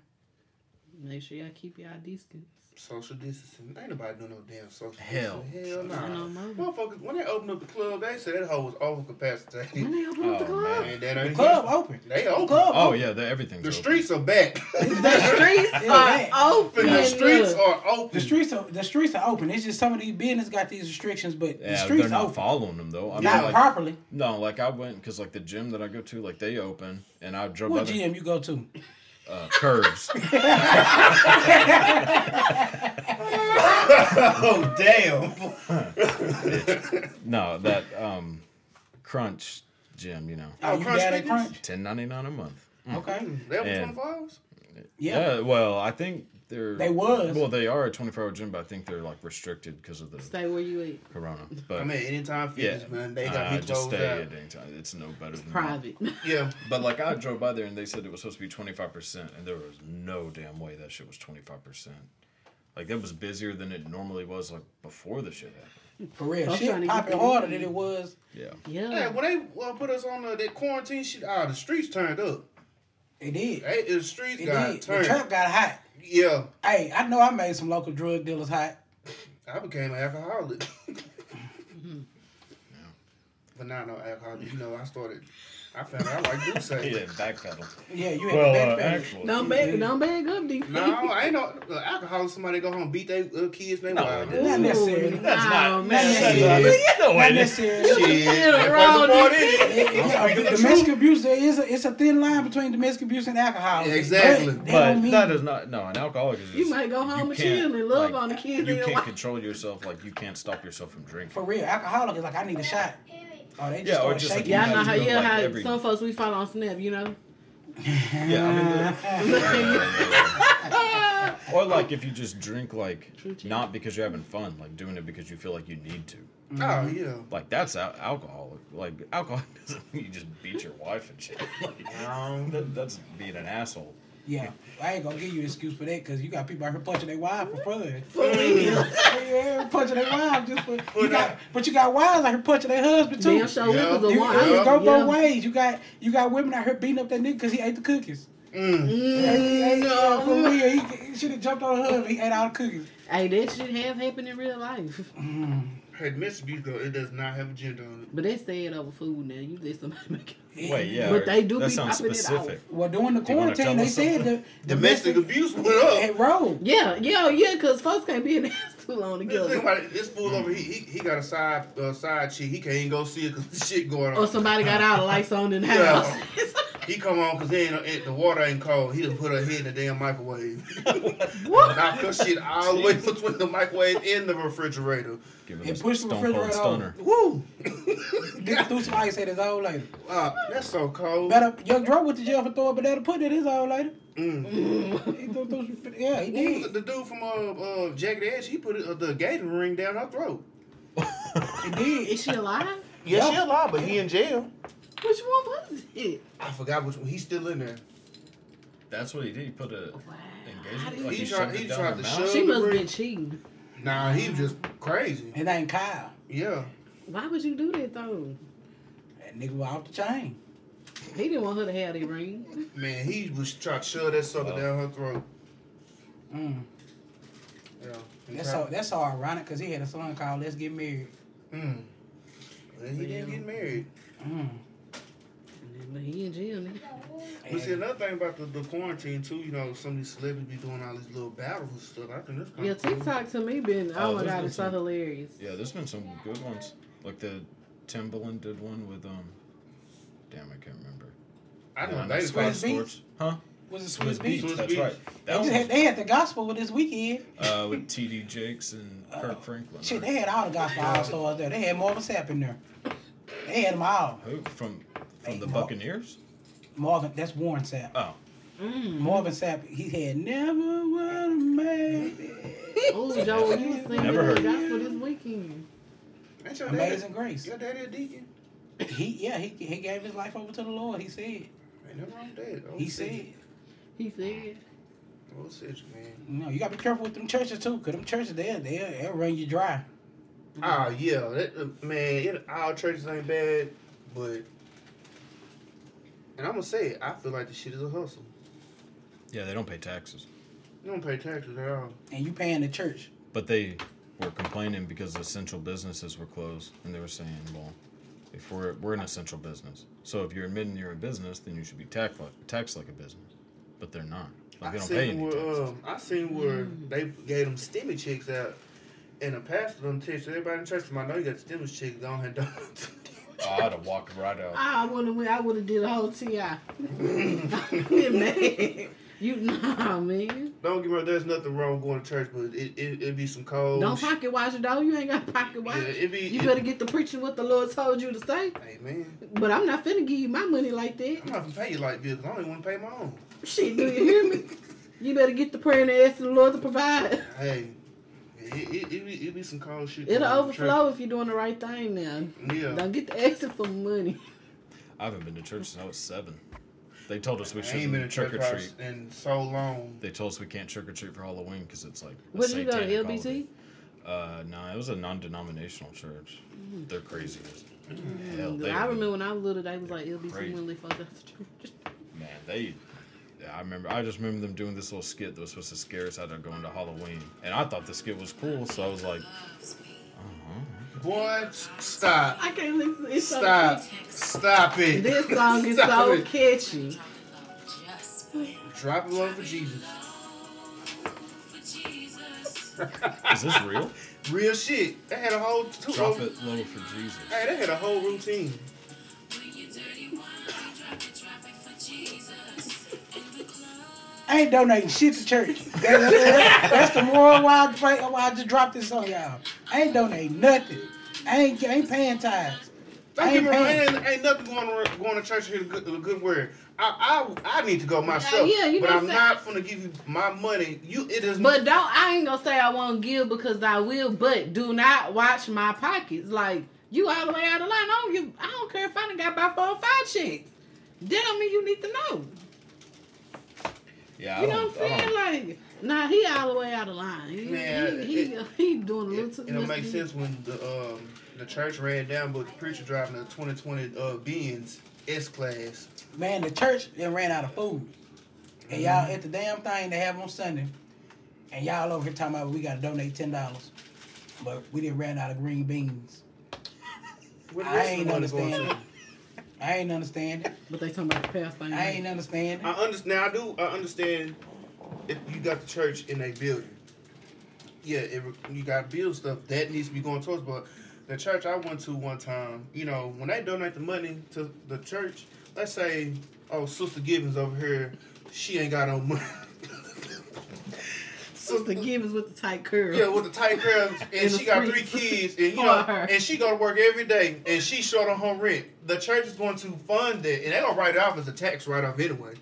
Make sure y'all keep y'all distance.
Social distancing. Ain't nobody doing no damn social
Hell.
distancing. Hell
I
nah.
don't know.
Motherfuckers, when they opened up the club, they said that hoe was
When
overcapacitated.
they open up the
Oh,
[LAUGHS]
club,
Man, that ain't
Club open.
They open.
Club
Oh yeah, the, everything's.
The
open.
streets are back. [LAUGHS]
the streets
Yeah.
the
are open.
streets
Look.
are open.
The streets are the streets are open. It's just some of these business got these restrictions, but
Yeah,
the
they're
streets
not
open.
following them though. I mean,
not
like,
properly.
no, like I went because like the gym that I go to, like they open, and I drove by
What
the
gym you go to?
uh, curves. [LAUGHS]
Oh damn!
no, that um, crunch gym, you know,
Oh, you
Crunch
down at
Fitness?
Crunch?
ten ninety nine a month.
Okay.
They open
And-
twenty four hours.
Yeah.
Mm-hmm. Yeah, Uh, well, I think they're
They was.
well, they are a twenty four hour gym, but I think they're like restricted because of the
Stay where you at.
corona. But
I mean, anytime
yeah,
fitness, man. They got
uh,
me
just
closed
stay
out.
at any time. It's no better than
Private. [LAUGHS]
Yeah. yeah.
that. But like I drove by there and they said it was supposed to be twenty five percent, and there was no damn way that shit was twenty five percent. Like that was busier than it normally was like before the shit happened.
For real.
I'm trying
Shit
to
popping
get
harder
them.
than it was.
Yeah.
Hey,
Yeah.
when they well, put us on uh, that quarantine shit, ah, the streets turned up.
It did.
Hey, the streets
It
got
did. The
turned.
trap got hot.
Yeah,
Hey, I know I made some local drug dealers hot.
I became an alcoholic. [LAUGHS] But not no alcoholic. You know, I started. I found out I like do
He
say.
didn't backpedal.
Yeah, you had
Well,
the
uh,
back
actually,
Don't bag, don't bag up, D.
No, I ain't no uh, alcoholic. Somebody go home beat their uh, kids. They
No,
wild.
it
Not necessarily.
[LAUGHS] Ooh,
That's
nah,
not-
man.
that's
Yeah.
[LAUGHS]
not-
No way.
Not
this- [LAUGHS]
necessarily.
Shit, that
wrong,
was a part in it.
Yeah, domestic abuse there is a, it's a thin line between domestic abuse and alcohol.
Yeah, exactly.
But they
But
don't mean
that is not no. An alcoholic is.
You might go home
you
and
can't,
chill and love
like,
on the kids
You
in your
can't
life.
control yourself. Like you can't stop yourself from drinking.
for real. Alcoholic is like I need a shot. Oh, they just
Yeah, or
start
just like
shaking.
Y'all
You
know
have
how
to go,
yeah
like,
how
every-
some folks we follow on Snap, you know.
Yeah, I mean, the-
Look
[LAUGHS] or like if you just drink like
True tea.
not because you're having fun, like doing it because you feel like you need to.
Oh yeah.
Like that's al- alcoholic. Like alcohol [LAUGHS] doesn't mean you just beat your wife and shit. [LAUGHS] Like, that, that's being an asshole.
Yeah, I ain't gonna give you an excuse for that because you got people out here punching their wives for fun.
real.
[LAUGHS] yeah, punching their wives just for. You got, but you got wives out here punching their husband too.
Damn show
Yeah.
Luke was a
You,
one.
it
Yeah.
go both ways. You got you got women out here beating up that nigga because he ate the cookies.
Mm.
Hey,
Mm, No. [LAUGHS]
for real, he, he should have jumped on her husband. He ate all the cookies. Mm.
Hey, that shit have happened in real life. [LAUGHS]
Hey, domestic abuse though, it does not have a gender on it.
But they say it over food now. You let somebody [LAUGHS] make it.
Wait, yeah.
But they do
that
be
sounds
popping it
specific.
Well, during the
you wanna
quarantine,
come
they
with
said the
Domestic abuse went up.
Hey, road.
Yeah, yeah, yeah, because folks can't be in the [LAUGHS] house too long
Think
together.
about it. This fool over here, he, he got a side uh, side chick. He can't even go see it because shit going
Or
on.
somebody got all the lights on in the
Yeah.
house. [LAUGHS]
He come on because ain't uh, it, the water ain't cold. He done put her head in the damn microwave. [LAUGHS]
What?
Knock her shit all the way between the microwave and the refrigerator.
Give it
Hey,
a
push the
stone cold
refrigerator on.
stunner.
Woo!
Nigga threw some ice at his old lady.
Uh, that's so cold.
Better, young Dro went to jail for throwing banana pudding at his old lady.
Mm.
He threw, threw some, yeah, he
Who was it?
did.
the dude from uh, uh, Jagged Edge? He put uh, the gator ring down her throat.
He did.
Is she alive?
Yeah, she alive, but he in jail.
Which one was it?
I forgot which one. He's still in there.
That's what he did. He put a
Wow. How
engagement.
did
Like
he
he,
tried-
shoved
he
it down
tried
her
to
mouth.
shove-
She must have been cheating.
Nah, he was just crazy.
His name Kyle.
Yeah.
Why would you do that though?
That nigga was off the chain.
He didn't want her to have that ring.
Man, he was trying to shove that sucker
Wow.
down her throat.
Mm.
Yeah. He
That's
tried-
so that's so ironic because he had a song called "Let's Get Married."
Mm. Well, he didn't get married.
Mm.
But he in jail now.
But see,
And
another thing about the, the quarantine, too, you know, some of these celebrities be doing all these little battles and stuff. I think that's kind
Yeah,
of cool.
TikTok to me been oh,
Oh,
my
there's
god,
been
it's so
some-
hilarious.
Yeah, there's been some good ones. Like the Timbaland did one with um. Damn, I can't remember.
I
Yeah,
know,
that's
they
Swiss
Scott
was
Beats.
Storch. Huh?
was it Swiss
Swiss Beats.
Beach?
Beats.
That's
Swiss
right.
Beats.
They,
That
just had,
one,
they had the gospel with this weekend.
uh, with T.D. Jakes and Kirk Franklin.
Uh, Shit,
right?
they had all the gospel all stars there. They had Marvin Sapp in there. They had them all.
Who from
Hey,
from the
no.
Buccaneers?
Marvin, that's Warren Sapp.
Oh,
Mm.
Marvin Sapp, he had never would have made [LAUGHS] it.
Oh, Joe, you was singing
Never
the
heard.
gospel this weekend.
Ain't your daddy,
Amazing Grace.
your daddy a deacon?
He yeah, he he gave his life over to the Lord. He said.
Ain't nothing wrong with that.
He said.
He said,
Oh, Cedric, man.
No, you gotta be careful with them churches too, cause them churches they they they'll run you dry.
Ah, yeah. That, uh, man, it, all churches ain't bad, but. And I'm going to say it, I feel like the shit is a hustle.
yeah, they don't pay taxes,
You don't pay taxes at all.
And you paying the church.
but they were complaining because essential businesses were closed, and they were saying, well, if we're we're an essential business, so if you're admitting you're a business, then you should be tax like taxed like a business, but they're not. Like they
I
don't pay
seen
any
where
taxes.
um, I seen where they gave them stimmy checks out, and the pastor them text everybody in church. I know you got stimulus checks. Go ahead, don't.
Oh, I'd have walked right out.
"Ah, I would have went, I would have did a whole TI. [LAUGHS]
[LAUGHS]
Been mad. You nah, man.
[LAUGHS] don't get me wrong. There's nothing wrong with going to church, but it it it be some cold.
Don't
sh-
pocket watch it though. You ain't got pocket watch.
Yeah, it be.
you
it-
better get the preaching what the Lord told you to say.
Hey man,
But I'm not finna give you my money like that.
I'm not gonna pay you like this. 'cause I don't even want to pay my own.
Shit, do you hear
[LAUGHS]
me? You better get the prayer and ask the Lord to provide.
Hey, it it, it, be, it be some cold shit.
It'll
going to church.
overflow if you're doing the right thing now.
Yeah.
Don't get to asking for money.
I haven't been to church since I was seven. They told us we
I ain't been to
shouldn't trick or
church
treat.
in so long.
They told us we can't trick or treat for Halloween because it's like. a
What did you go to
satanic
LBT?
holiday. Uh, no, it was a non-denominational church. They're crazy. as Hell, they
Mm. I
were-
remember when I was little, they was like, LBC
Crazy.
wouldn't let folks out the church.
Man, they. I remember. I just remember them doing this little skit that was supposed to scare us out of going to Halloween, and I thought the skit was cool, so I was like,
Boy, s- stop.
[LAUGHS] I can't listen. It's so
Stop.
catchy.
Stop it.
This song is
Stop
so
it.
catchy.
Drop it low for Jesus.
"Is this real?
Real shit. They had a whole two.
Drop it low for Jesus."
Hey, they had a whole routine.
I ain't donating shit to church. That- that- that- that's the moral why I, play- why I just dropped this on y'all. I ain't donating nothing. I ain't, I ain't paying tithes.
Don't
I
get
ain't
me wrong,
paying.
ain't, ain't nothing going to, going to church here to good, a good word. I, I I need to go myself,
yeah, you
but
know
I'm
what
not gonna give you my money. You it is
But don't I ain't gonna say I won't give because I will, but do not watch my pockets. Like you all the way out of line. I don't give, I don't care if I done got by four or five checks. That don't mean you need to know.
Yeah, I
You know
don't.
what I'm
I don't-
saying? Like nah, he all the way out of line. He
Man,
he, he,
it-
he doing a little
[LAUGHS] It,
too
it'll
much.
make sense when the um the church ran down, but the preacher driving a 2020 uh Benz S class.
Man, the church then ran out of food. And y'all at the damn thing they have on Sunday. And y'all over here talking about we gotta donate ten dollars. But we didn't ran out of green beans.
Where the
I
rest of
ain't
the money going
understand.
to?
it. I ain't understand. it.
But they talking about the past thing.
I ain't understand.
I
it.
understand. I do. I understand. If you got the church in a building, yeah, it, re- you got build stuff that needs to be going towards. But the church I went to one time, you know, when they donate the money to the church, let's say, oh, Sister Gibbons over here, she ain't got no money. [LAUGHS]
Sister Gibbons with the tight curl.
Yeah, with the
[LAUGHS]
tight curls, and
In the
she got three
streets.
kids, and you
For
know,
her.
and she go to work every day, and she short on her rent. The church is going to fund that, and they gonna write it off as a tax write off anyway.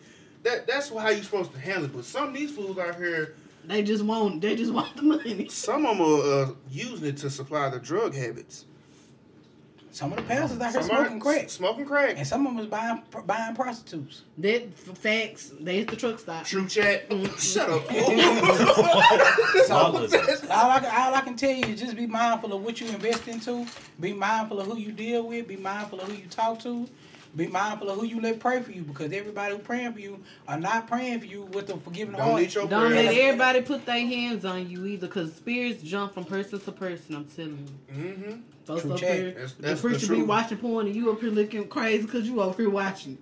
That that's how you supposed to handle it. But some of these fools out here,
They just want they just want the money.
some of them are uh, using it to supply their drug habits.
Some of the pastors out here
Some are-
smoking crack.
s- Smoking crack.
And some of them was buying buying prostitutes.
That f- facts. They hit the truck stop.
True chat. Shut
[LAUGHS]
up.
Lawlessness.
[LAUGHS] All I, can- all I can tell you is just be mindful of what you invest into. Be mindful of who you deal with. Be mindful of who you talk to. Be mindful of who you let pray for you because everybody who praying for you are not praying for you with a forgiving
Don't
heart.
eat your
Don't let
bread.
everybody put their hands on you either, cause spirits jump from person to person. I'm telling you.
Mm-hmm.
So it's
True
up
check.
here,
That's-
the
that's the
preacher be
truth.
watching porn and you up here looking crazy because you up here watching.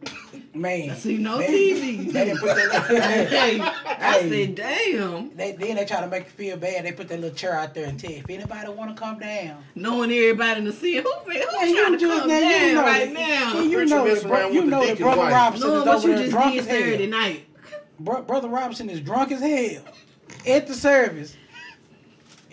Man,
I see no
they-
TV.
They didn't put
[LAUGHS]
that.
hey, I said, damn.
[LAUGHS] They, then they try to make you feel bad. They put that little chair out there and tell you, if anybody want to come down.
Knowing everybody in the scene, who, who
Man,
trying to
just-
come
now,
down
know
right
that-
now?
You
Preacher
know
mess
that, bro,
around
you
with the
know that
deacon's
Brother
wife.
Robinson
Knowing
is
what
over
you
there
just
drunk
did
as hell.
Saturday night.
Bro- Brother Robinson is drunk as hell at the service.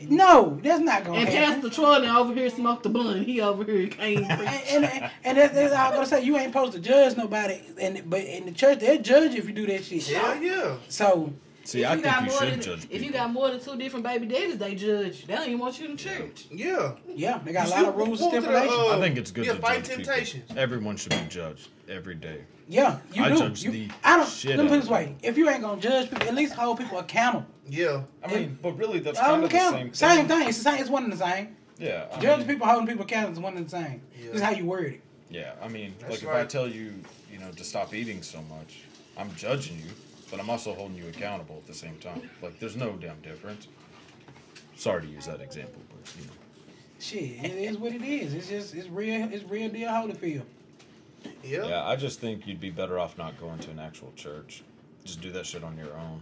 No, that's not gonna
And
happen.
Pastor Troy over here smoked the blunt. He over here came preach.
And, and, and that's, that's all I'm gonna say. You ain't supposed to judge nobody, and but in the church they'll judge you if you do that shit.
Yeah, yeah.
So
See,
If
I
you
think
got
you
more
should
than-
judge people.
If you got more than two different baby daddies, they judge. They don't even want you in church.
Yeah.
yeah, they got a lot of rules and
Walk to the,
stipulations.
uh,
I think it's good
Yeah,
to
fight
judge people.
temptations.
Everyone should be judged every day.
yeah, you
I
do.
judge
You-
the
I don't.
shit
let me
out
put it
of
this way: if you ain't gonna judge people, at least hold people accountable.
Yeah.
I mean, but really, that's
Hold
kind of
them
the same
accountable.
thing.
Same thing. It's the same. It's one and the same.
Yeah. I
Judging
mean-
people, holding people accountable is one and the same.
Yeah.
This is how you word it.
Yeah, I mean,
That's
like if I
right.
tell you, you know, to stop eating so much, I'm judging you, but I'm also holding you accountable at the same time. Like, there's no damn difference. Sorry to use that example, but you know,
Shit, it is what it is. It's just it's real. It's real deal Holyfield.
Yeah.
yeah, I just think you'd be better off not going to an actual church. Just do that shit on your own.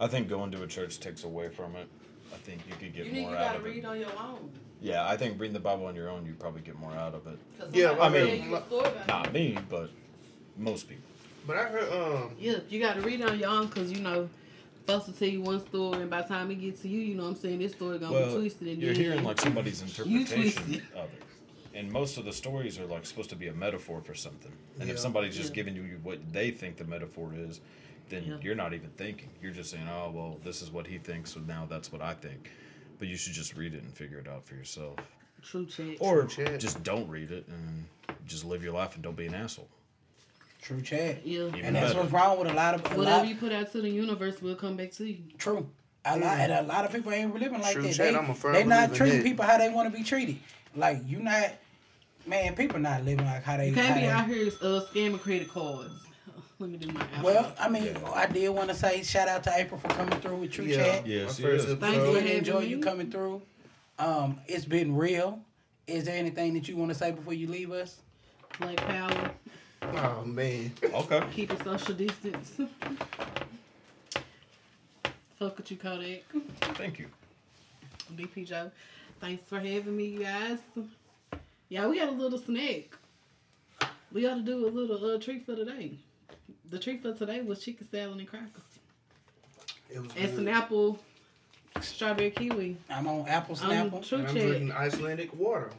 I think going to a church takes away from it. I think you could get more out of it.
on your own.
Yeah, I think reading the Bible on your own, you'd probably get more out of it.
Yeah, I mean,
Not me, but most people.
But I heard um
Yeah, you got to read it on your own because you know, supposed to tell you one story, and by the time it gets to you, you know what I'm saying this story gonna be
Well,
twisted. And
you're
then-
hearing like somebody's interpretation
twisted.
of it, and most of the stories are like supposed to be a metaphor for something. And if
Yeah.
somebody's just
Yeah.
giving you what they think the metaphor is, then
Yeah.
you're not even thinking. You're just saying, "Oh, well, this is what he thinks, so now that's what I think." But you should just read it and figure it out for yourself,
true check.
or
shit.
just don't read it and just live your life and don't be an asshole.
True chat.
yeah,
Even
And that's
better.
what's wrong with a lot of a
whatever
lot,
you put out to the universe will come back to you.
true. A lot and a lot of people ain't living like
True
that.
chat,
they,
I'm a firm
they not
believer in
treating
that.
people how they want to be treated. Like you not, man. People not living like how they.
You can't be
how
out here uh, scamming credit cards. [SIGHS] Let me do my outro.
Well, I mean, I did want to say shout out to April for coming through with True
Yeah.
Chat.
Yes,
My first
yes.
I
Thanks
episode.
for
really
having
enjoy you
me.
coming through. Um, it's been real. Is there anything that you want to say before you leave us?
Black power.
Oh man.
Okay.
Keep a social distance. [LAUGHS] Fuck what you, Kodak.
Thank you.
BP Joe. Thanks for having me, you guys. Yeah, we had a little snack. We ought to do a little uh, treat for today. The treat for today was chicken salad and crackers.
It was
And
good.
some apple strawberry kiwi.
I'm on Apple
Um,
Snapple.
true
And I'm
check.
drinking Icelandic water.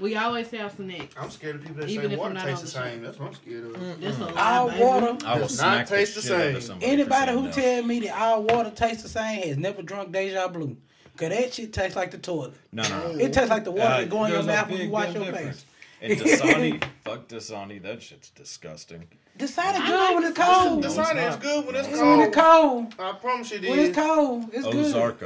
We always have snacks.
I'm scared of people that
Even
say
if
water
I'm not
tastes the
on the
same. That's what I'm scared of.
Mm.
That's a
All
lot,
water.
I will
Does
smack
not taste
the
the
shit out
same.
of somebody for
Anybody
saying
who
no.
tell me that all water tastes the same has never drunk Deja Blue. Cause that shit tastes like the toilet.
no, no, no.
It tastes like the water
Uh,
that go in your
there's a
mouth when you
big
wash
damn
your
difference.
face. [LAUGHS]
And Dasani, fuck Dasani, that shit's disgusting.
Decided
I
good
like
when it's
Dasani.
cold.
The
it's
sign is
not.
good when it's
It's when it's
cold.
cold.
I promise you this.
When it's cold, it's good.
Ozarka.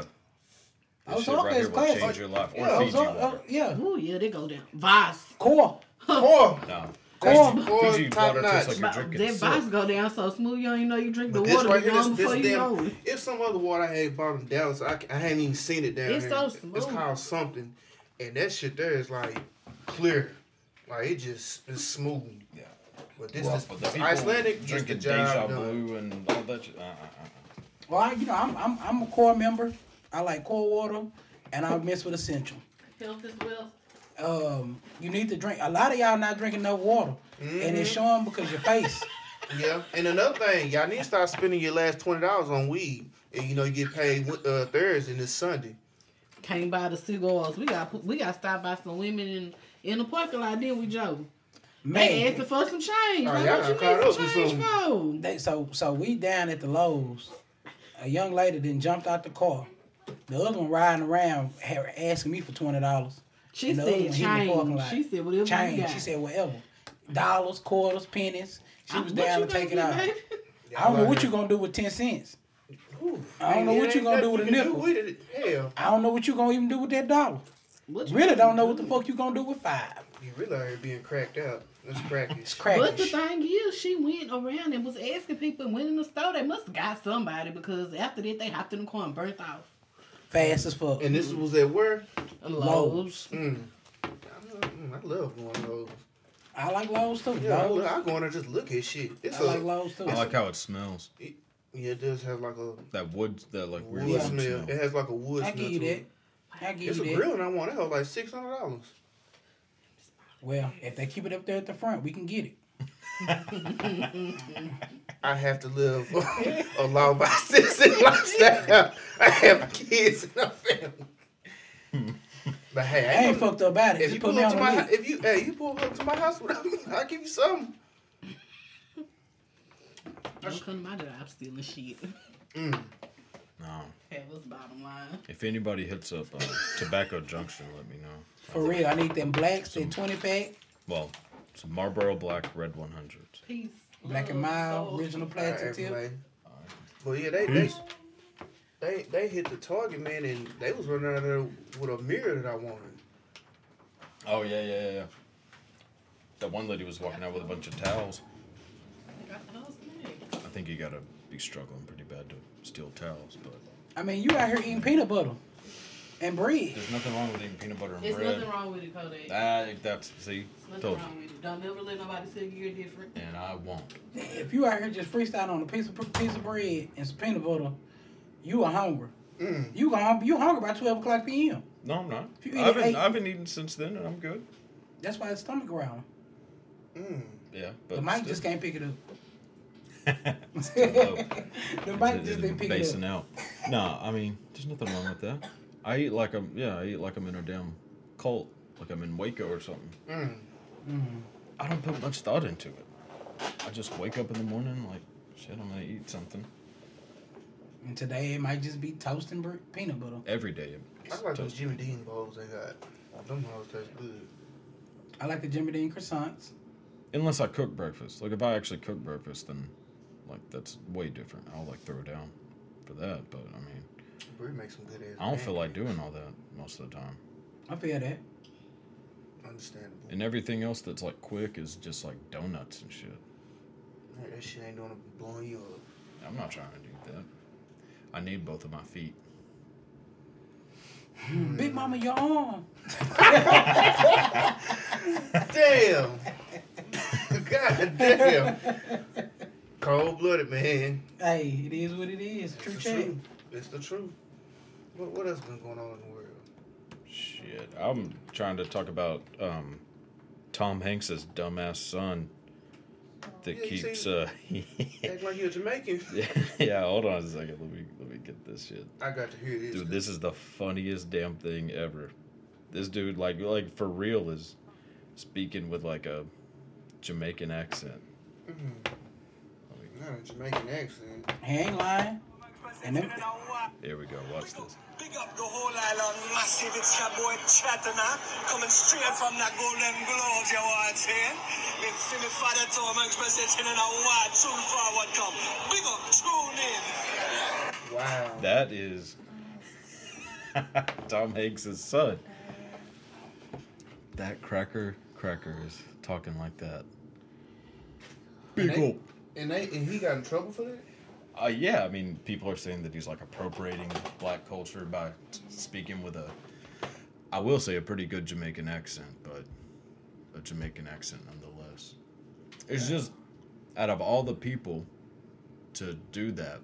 This shit
Ozarka
right
is
here will
classic.
change your life. Or
Yeah,
Fiji
Ozarka- oh.
water.
yeah.
Ooh, yeah, they go down. Vice.
Core.
Poor.
No. Oh,
Core.
Poor
Fiji
top
water tastes
notch.
like you're drinking
That
soap.
vice go down so smooth, you don't even know you drink the
But this
water
right here,
long
this,
before
this
you know
damn.
it.
It's some other water I had bought in Dallas. I, c- I hadn't even seen it down
It's
there.
so
It's
smooth.
called something, and that shit there is like clear, like it just is smooth.
Yeah.
But this
Well,
is
but the people
Icelandic.
drinking
Drinking deja
Deja
blue.
Blue and all that shit. Uh, uh, uh, uh.
Well, I, you know, I'm, I'm I'm a core member. I like core water, and I mess with essential.
Health is wealth.
Um, you need to drink. A lot of y'all not drinking enough water, and it's showing because your face.
Yeah, and another thing, y'all need to start spending your last twenty dollars on weed, and you know you get paid uh, Thursday and it's Sunday.
Came by the cigars. We got we got stopped by some women in in the parking lot. Then we Joe. They
Man,
asking for some change.
Oh,
like,
y'all
what you
done caught
need
up
some
with
change for?
they, so so we down at the Lowe's. A young lady then jumped out the car. The other one riding around had, asking me for twenty dollars.
She
And the other
said
one hit me fucking
change.
like,
She said whatever you
Change.
got.
She said whatever, dollars, quarters, pennies. She
I-
was
Uh, what
down
you
to take it
gonna
out.
do, baby? [LAUGHS]
I don't know what you gonna do with ten cents. I don't know what you gonna do with a nickel.
With it. Hell,
I don't know what you gonna even do with that dollar.
What you
Really
gonna
don't know
do?
what the fuck you gonna do with five.
you really are being cracked out. Let's crack it.
It's cracking.
But the thing is, she went around and was asking people and went in the store. They must have got somebody because after that, they hopped in the car and burnt off.
Fast as fuck.
And this was at where?
Lowe's.
Mm. I, mm, I love going to those.
I like Lowe's too.
Yeah, I,
Lowe's.
lo- I go in there just look at shit. It's
I like
a-
Lowe's too.
I like how it smells.
yeah, it does have like a
That wood, that like
wood
weird yeah.
smell.
smell.
It has like a wood
I
smell
give you
to
that.
it.
I give
It's
you
a
that.
grill, and I want that was like six hundred dollars.
Well, if they keep it up there at the front, we can get it.
I have to
[LAUGHS]
live a law by [LAUGHS] citizen lifestyle. I have kids and a family. But hey,
I
I
ain't
ain't
fucked up about
if
it. Just
you
put
pull
me
up
on
to
the
my
list.
if you hey you pull up to my house [LAUGHS] without me, I'll give you something.
Don't come to my job stealing shit. [LAUGHS]
Mm.
No.
That was bottom line.
If anybody hits up uh, Tobacco Junction, let me know.
For real, I need them blacks, that 20 pack,
Well, it's Marlboro Black Red 100.
Peace.
black and mild, original
All right,
plastic tip.
everybody. But yeah, they they, they they hit the target man, and they was running out of there with a mirror that I wanted.
Oh yeah, yeah, yeah, yeah. That one lady was walking out with a bunch of towels.
Got the whole snack.
I think you gotta be struggling pretty bad to steal towels, but
I mean, you out here eating peanut butter and bread.
there's nothing wrong with eating peanut butter and
There's
bread.
nothing wrong with it, Kodak.
Ah, that's see,
nothing
told
wrong
you.
with it. Don't ever let nobody tell you you're different.
And I won't.
If you out here just freestyling on a piece of piece of bread and some peanut butter, you are hungry.
Mm.
You gon' you hungry by 12 o'clock p.m.
No, I'm not.
If you eat
I've been
eight-
I've been eating since then, and I'm good.
That's why his stomach growling.
Mm.
Yeah, but
The mic
still.
just can't pick it up.
[LAUGHS] Still low.
[LAUGHS] The mic
It's-
just
it's
didn't pick it
basing
up.
out. No, I mean, there's nothing wrong with that. I eat like I'm, yeah, I eat like I'm in a damn cult, like I'm in Waco or something.
Mm.
I don't put much thought into it. I just wake up in the morning like, shit, I'm gonna eat something
And today it might just be toast and bre- peanut butter.
every day.
I
It's
like those
toast.
Jimmy Dean bowls they got. Them hoes taste good.
I like the Jimmy Dean croissants.
Unless I cook breakfast. Like if I actually cook breakfast, then like that's way different. I'll like throw down for that. But I mean,
Bree makes some good ass.
I don't feel like
pancakes.
doing all that most of the time.
I feel that.
Understandable.
And everything else that's like quick is just like donuts and shit.
Hey, that shit ain't doing it, blowing you up.
I'm not trying to do that. I need both of my feet. Mm.
Big Mama, your arm.
[LAUGHS]
Damn. [LAUGHS] God damn. Cold blooded, man.
Hey, it is what it is. True
It's the
change.
truth. It's the truth. What, what else been going on in the world?
Shit, I'm trying to talk about um, Tom Hanks's dumbass son that
Yeah, you
keeps.
seen-
Uh,
[LAUGHS] Act like you're Jamaican.
[LAUGHS] yeah, hold on a second. Let me let me get this shit.
I got to hear this.
Dude, this is the funniest damn thing ever. This dude, like, like for real, is speaking with like a Jamaican accent.
Not a Jamaican accent.
He ain't lying. And them,
Here we go. Watch this.
Big up the whole island massive. It's your boy Chatana coming straight from the Golden Globes. You watch here. Me see me father Tom Hanks presenting in a wide tune forward come. Big up, tune in.
Wow.
That is [LAUGHS] Tom Hanks' son. That cracker cracker is talking like that. Big
Hey.
old.
And they and he got in trouble for that?
Uh, yeah, I mean, people are saying that he's like appropriating black culture by t- speaking with a, I will say, a pretty good Jamaican accent, but a Jamaican accent nonetheless. It's just, out of all the people to do that,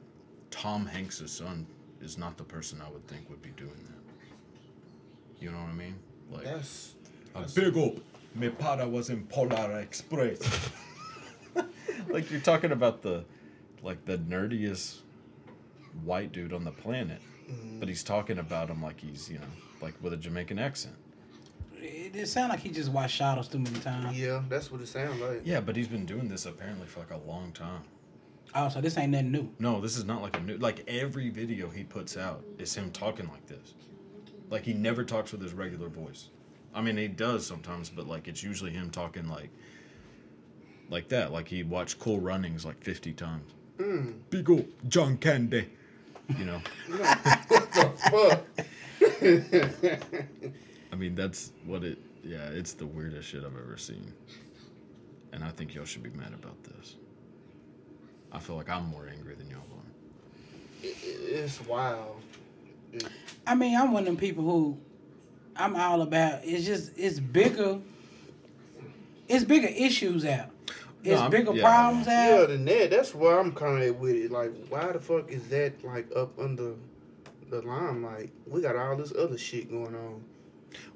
Tom Hanks' son is not the person I would think would be doing that. You know what I mean? Like,
That's
a big up. Me para was in Polar Express. [LAUGHS] like you're talking about the, like the nerdiest white dude on the planet, but he's talking about him like he's you know like with a Jamaican accent.
it, it sound like he just watched Shadows too many times.
yeah, that's what it sounds like.
Yeah, but he's been doing this apparently for like a long time.
Oh, so this ain't nothing new.
No, this is not like a new. Like every video he puts out is him talking like this. Like he never talks with his regular voice. I mean, he does sometimes, but like it's usually him talking like, like that. Like he watched Cool Runnings like fifty times. Big ol' John Candy. You know,
[LAUGHS] Fuck.
I mean that's what it. Yeah, it's the weirdest shit I've ever seen. And I think y'all should be mad about this. I feel like I'm more angry than y'all are.
It- it's wild.
I mean, I'm one of them people who I'm all about. It's just it's bigger. It's bigger issues out.
No,
It's
I'm-
bigger
yeah,
problems
Yeah,
out.
the net. That's where I'm kind of with it. Like, why the fuck is that like up under the limelight? We got all this other shit going on.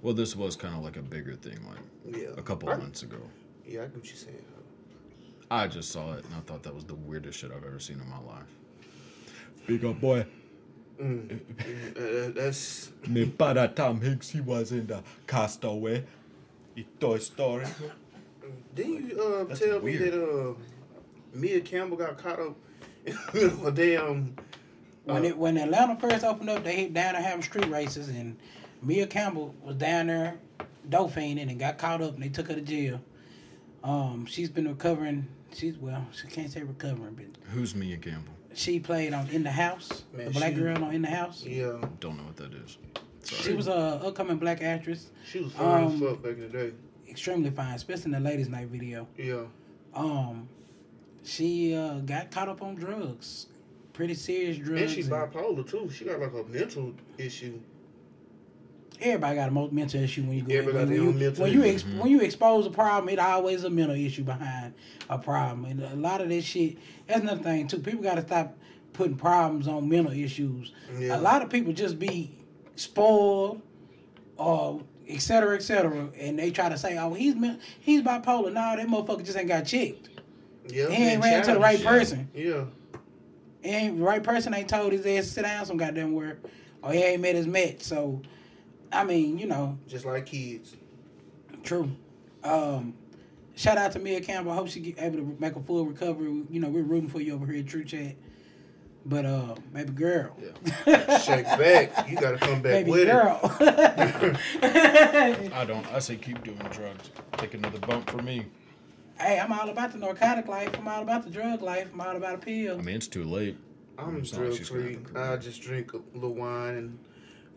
Well, this was kind of like a bigger thing, like
Yeah,
a couple
I,
of months ago.
Yeah, I get what you're saying.
I just saw it and I thought that was the weirdest shit I've ever seen in my life. Big up boy,
Mm, uh, that's
me para Tom Hanks, he was in the Castaway, in Toy
[LAUGHS]
Story.
didn't you uh,
That's
tell me
weird.
that uh, Mia Campbell got caught up [LAUGHS] in the middle of a damn Oh.
When it when Atlanta first opened up, they hit down there having street races, and Mia Campbell was down there dopefiending and got caught up, and they took her to jail. Um, she's been recovering. She's well, she can't say recovering, but
Who's Mia Campbell?
she played on In the House,
Man,
the black
she-
girl on In the House.
yeah.
Don't know what that is.
She was a upcoming black actress,
She was fine as
Um,
fuck back in the day.
extremely fine, especially in the ladies' night video.
Yeah.
um she uh got caught up on drugs pretty serious drugs
And she
and
bipolar too. She got like a mental issue.
everybody got a mo- mental issue when you go
Everybody
when
got
you,
a mental
when you,
issue. Mm-hmm.
ex- when you expose a problem it always a mental issue behind a problem and a lot of this shit that's another thing too people got to stop putting problems on mental issues
Yeah.
a lot of people just be spoiled or et cetera, et cetera, and they try to say, "Oh, he's men- he's bipolar." No, that motherfucker just ain't got checked.
Yeah.
He
and
ain't ran to the right
childish.
person.
Yeah.
and the right person ain't told his ass to sit down some goddamn where, or he ain't met his match. So, I mean, you know,
Just like kids.
true. Um, shout out to Mia Campbell. Hope she get able to make a full recovery. You know, we're rooting for you over here at True Chat. But uh, baby girl,
Shake back. You gotta come back
baby
with
girl, [LAUGHS]
I don't. I say keep doing drugs. Take another bump for me.
hey, I'm all about the narcotic life. I'm all about the drug life. I'm all about a pill.
I mean, it's too late.
it. I'm
It's not like
drug
she's gonna have
free.
a career.
I just drink a little wine and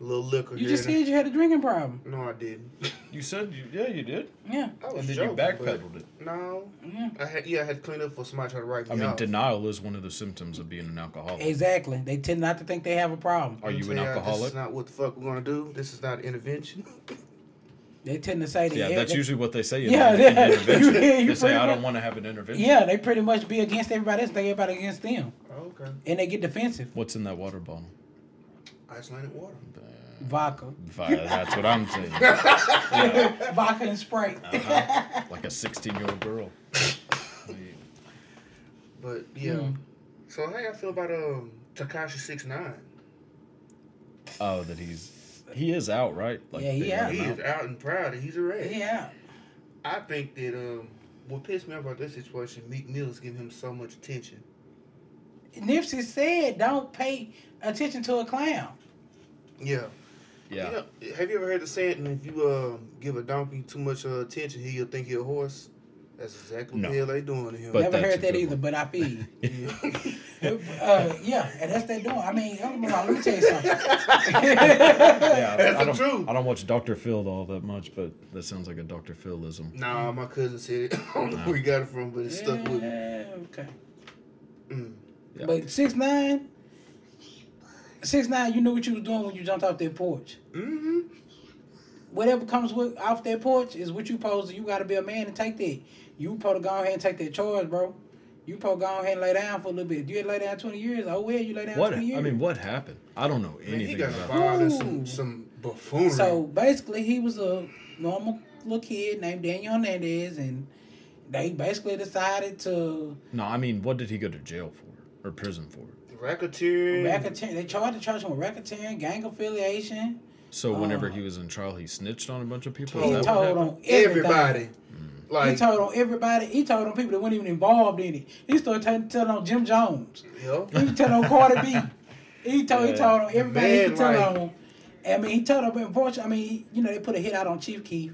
little liquor.
You
here
just
and-
said you had a drinking problem.
No, I didn't.
You said you, yeah, you did.
Yeah.
[LAUGHS] I was
And then
joking,
you
but-
backpedaled it.
No,
Yeah.
I had yeah, I had to clean up for somebody tried to write me
I mean,
off.
denial is one of the symptoms of being an alcoholic.
Exactly. They tend not to think they have a problem.
Are you
Tell
an
y'all, This
alcoholic?
is not what the fuck we're gonna do. This is not intervention. [LAUGHS]
They tend to say that.
Yeah, that's usually what they say. in
[LAUGHS] Yeah,
the- in the
yeah.
intervention.
You- yeah, you
they say,
pretty
I don't
much-
want to have an intervention.
Yeah, they pretty much be against everybody else. They everybody against them,
okay,
and they get defensive.
What's in that water bottle?
isolated water.
Vodka,
Vi- That's what I'm saying.
[LAUGHS]
Yeah,
vodka and Sprite.
uh-huh. Like a 16 year old girl.
But yeah.
Mm.
So how y'all feel about um Takashi six nine?
Oh, that he's. He is out, right?
Yeah, he
they
out.
let
He
him
is out and proud that he's a red.
[LAUGHS] yeah.
I think that um what pissed me off about this situation, Meek Mill is giving him so much attention.
Nipsey said, "Don't pay attention to a clown."
Yeah.
Yeah.
You know, have you ever heard the saying, if you uh, give a donkey too much uh, attention, he'll think he's a horse? That's exactly what
No.
the hell they doing to him.
But
Never
that's
heard
a
that
good
either,
one.
but I
[LAUGHS]
feel you.
Yeah.
uh, yeah, and that's they doing. I mean, hold on, let me tell you something.
[LAUGHS] Yeah,
That's
I
the
don't,
truth.
I don't watch Dr. Phil all that much, but that sounds like a Dr. Philism.
nah, my cousin said [LAUGHS] it. I don't know where he got it from, but it stuck with me.
Yeah, okay.
Mm.
Yeah.
But six nine, six nine, you knew what you was doing when you jumped off that porch.
hmm
Whatever comes with off that porch is what you supposed to. You got to be a man and take that. You supposed to go ahead and take that charge, bro. You supposed to go ahead and lay down for a little bit. You had lay down twenty years. Oh well, you lay down
What? I
twenty years.
mean, what happened? I don't know
Man, he
anything
got
about
involved in
Ooh.
some, some buffoonery.
So basically, he was a normal little kid named Daniel Hernandez, and they basically decided to
No, I mean, what did he go to jail for or prison for?
Racketeering.
racketeer. They tried to charge him with racketeering, gang affiliation.
So whenever
Uh,
he was in trial, he snitched on a bunch of people.
He
Is that what
told
happened?
on everybody.
Mm.
Everybody.
he
Like,
told on everybody. He told on people that weren't even involved in it. He started t- telling on Jim Jones.
yeah.
He was telling on Cardi B. He told he
Yeah.
told on everybody he
Man,
could tell
like-
on. I mean, he told on. But unfortunately, I mean, you know, they put a hit out on Chief Keef.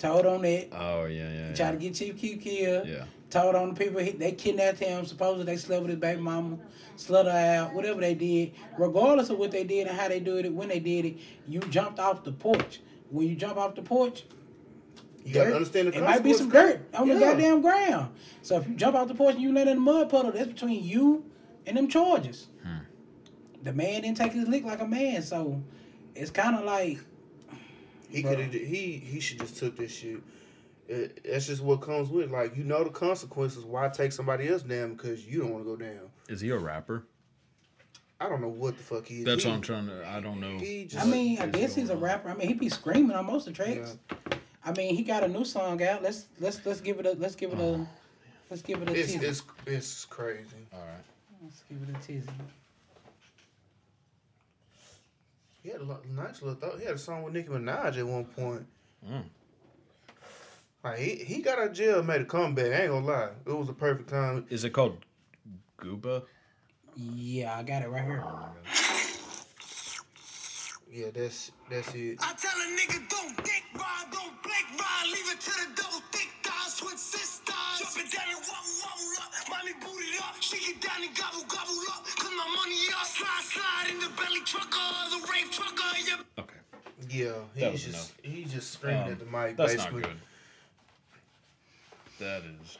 Told on that.
Oh yeah, yeah.
Tried
yeah.
to get Chief Keef killed.
Yeah.
Told on the people he, they kidnapped him. Supposedly they slept with his baby mama, slut her out, whatever they did. Regardless of what they did and how they did it, when they did it, you jumped off the porch. When you jump off the porch,
You gotta
dirt-
understand the
it might be some
consequences.
dirt on the
Yeah.
goddamn ground. So if you jump off the porch and you land in the mud puddle, that's between you and them charges.
Hmm.
The man didn't take his lick like a man, so it's kind of like
He
Bro.
could have. He he should just took this shit. It, that's just what comes with. Like you know the consequences. Why take somebody else down because you don't want to go down?
Is he a rapper?
I don't know what the fuck he is.
That's
he,
what I'm trying to. I don't know.
He just.
I mean, I
is
guess he's a
going on?
rapper. I mean, he be screaming on most of the tracks. I mean, he got a new song out. Let's let's let's give it a let's give it a let's give it a
it's
teaser.
it's it's crazy.
All right.
Let's give it a teaser.
He had a lot, nice little thought. He had a song with Nicki Minaj at one point.
Mm.
Like he, he got out of jail, and made a comeback. I ain't gonna lie, it was a perfect time.
Is it called Gooba?
Yeah, I got it right here.
Yeah, that's that's it.
I tell a nigga don't dick ride, don't blink ride, leave it to the double thick thighs, switch sisters. Drop it down and wobble, wobble up, mommy booted up, shake it down and gobble, gobble up, cause my money up. Slide, slide in the belly trucker, the rape trucker, your
Okay.
Yeah,
That
he's
was
just
enough.
he's just screaming
Um,
at the mic.
that's
basically.
not good. That is.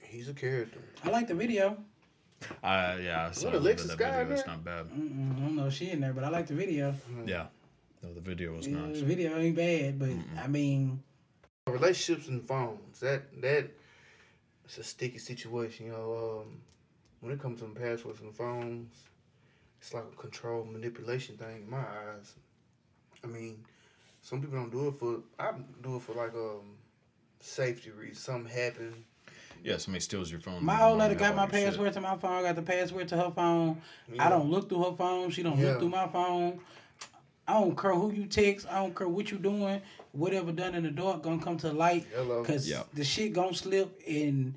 He's a character.
I like the video.
I yeah. I saw a little bit
Alexis
of that
Guy
video.
in
It's
there?
not bad.
Mm-mm, I don't know shit in there, but I like the video.
Yeah. No, the video was
Yeah,
nice.
The video ain't bad, but I mean,
relationships and phones that that it's a sticky situation you know um when it comes to passwords and phones it's like a control manipulation thing in my eyes i mean some people don't do it for i do it for like um safety reasons something happened
Yeah. Somebody steals your phone.
my
you
old
wanna
lady
know
got my
all your shit.
password to my phone. I got the password to her phone. I
Yeah.
don't look through her phone. She don't
Yeah.
look through my phone. I don't care who you text. I don't care what you doing. Whatever done in the dark gonna come to light.
Hello.
Cause
Yeah.
the shit gonna slip and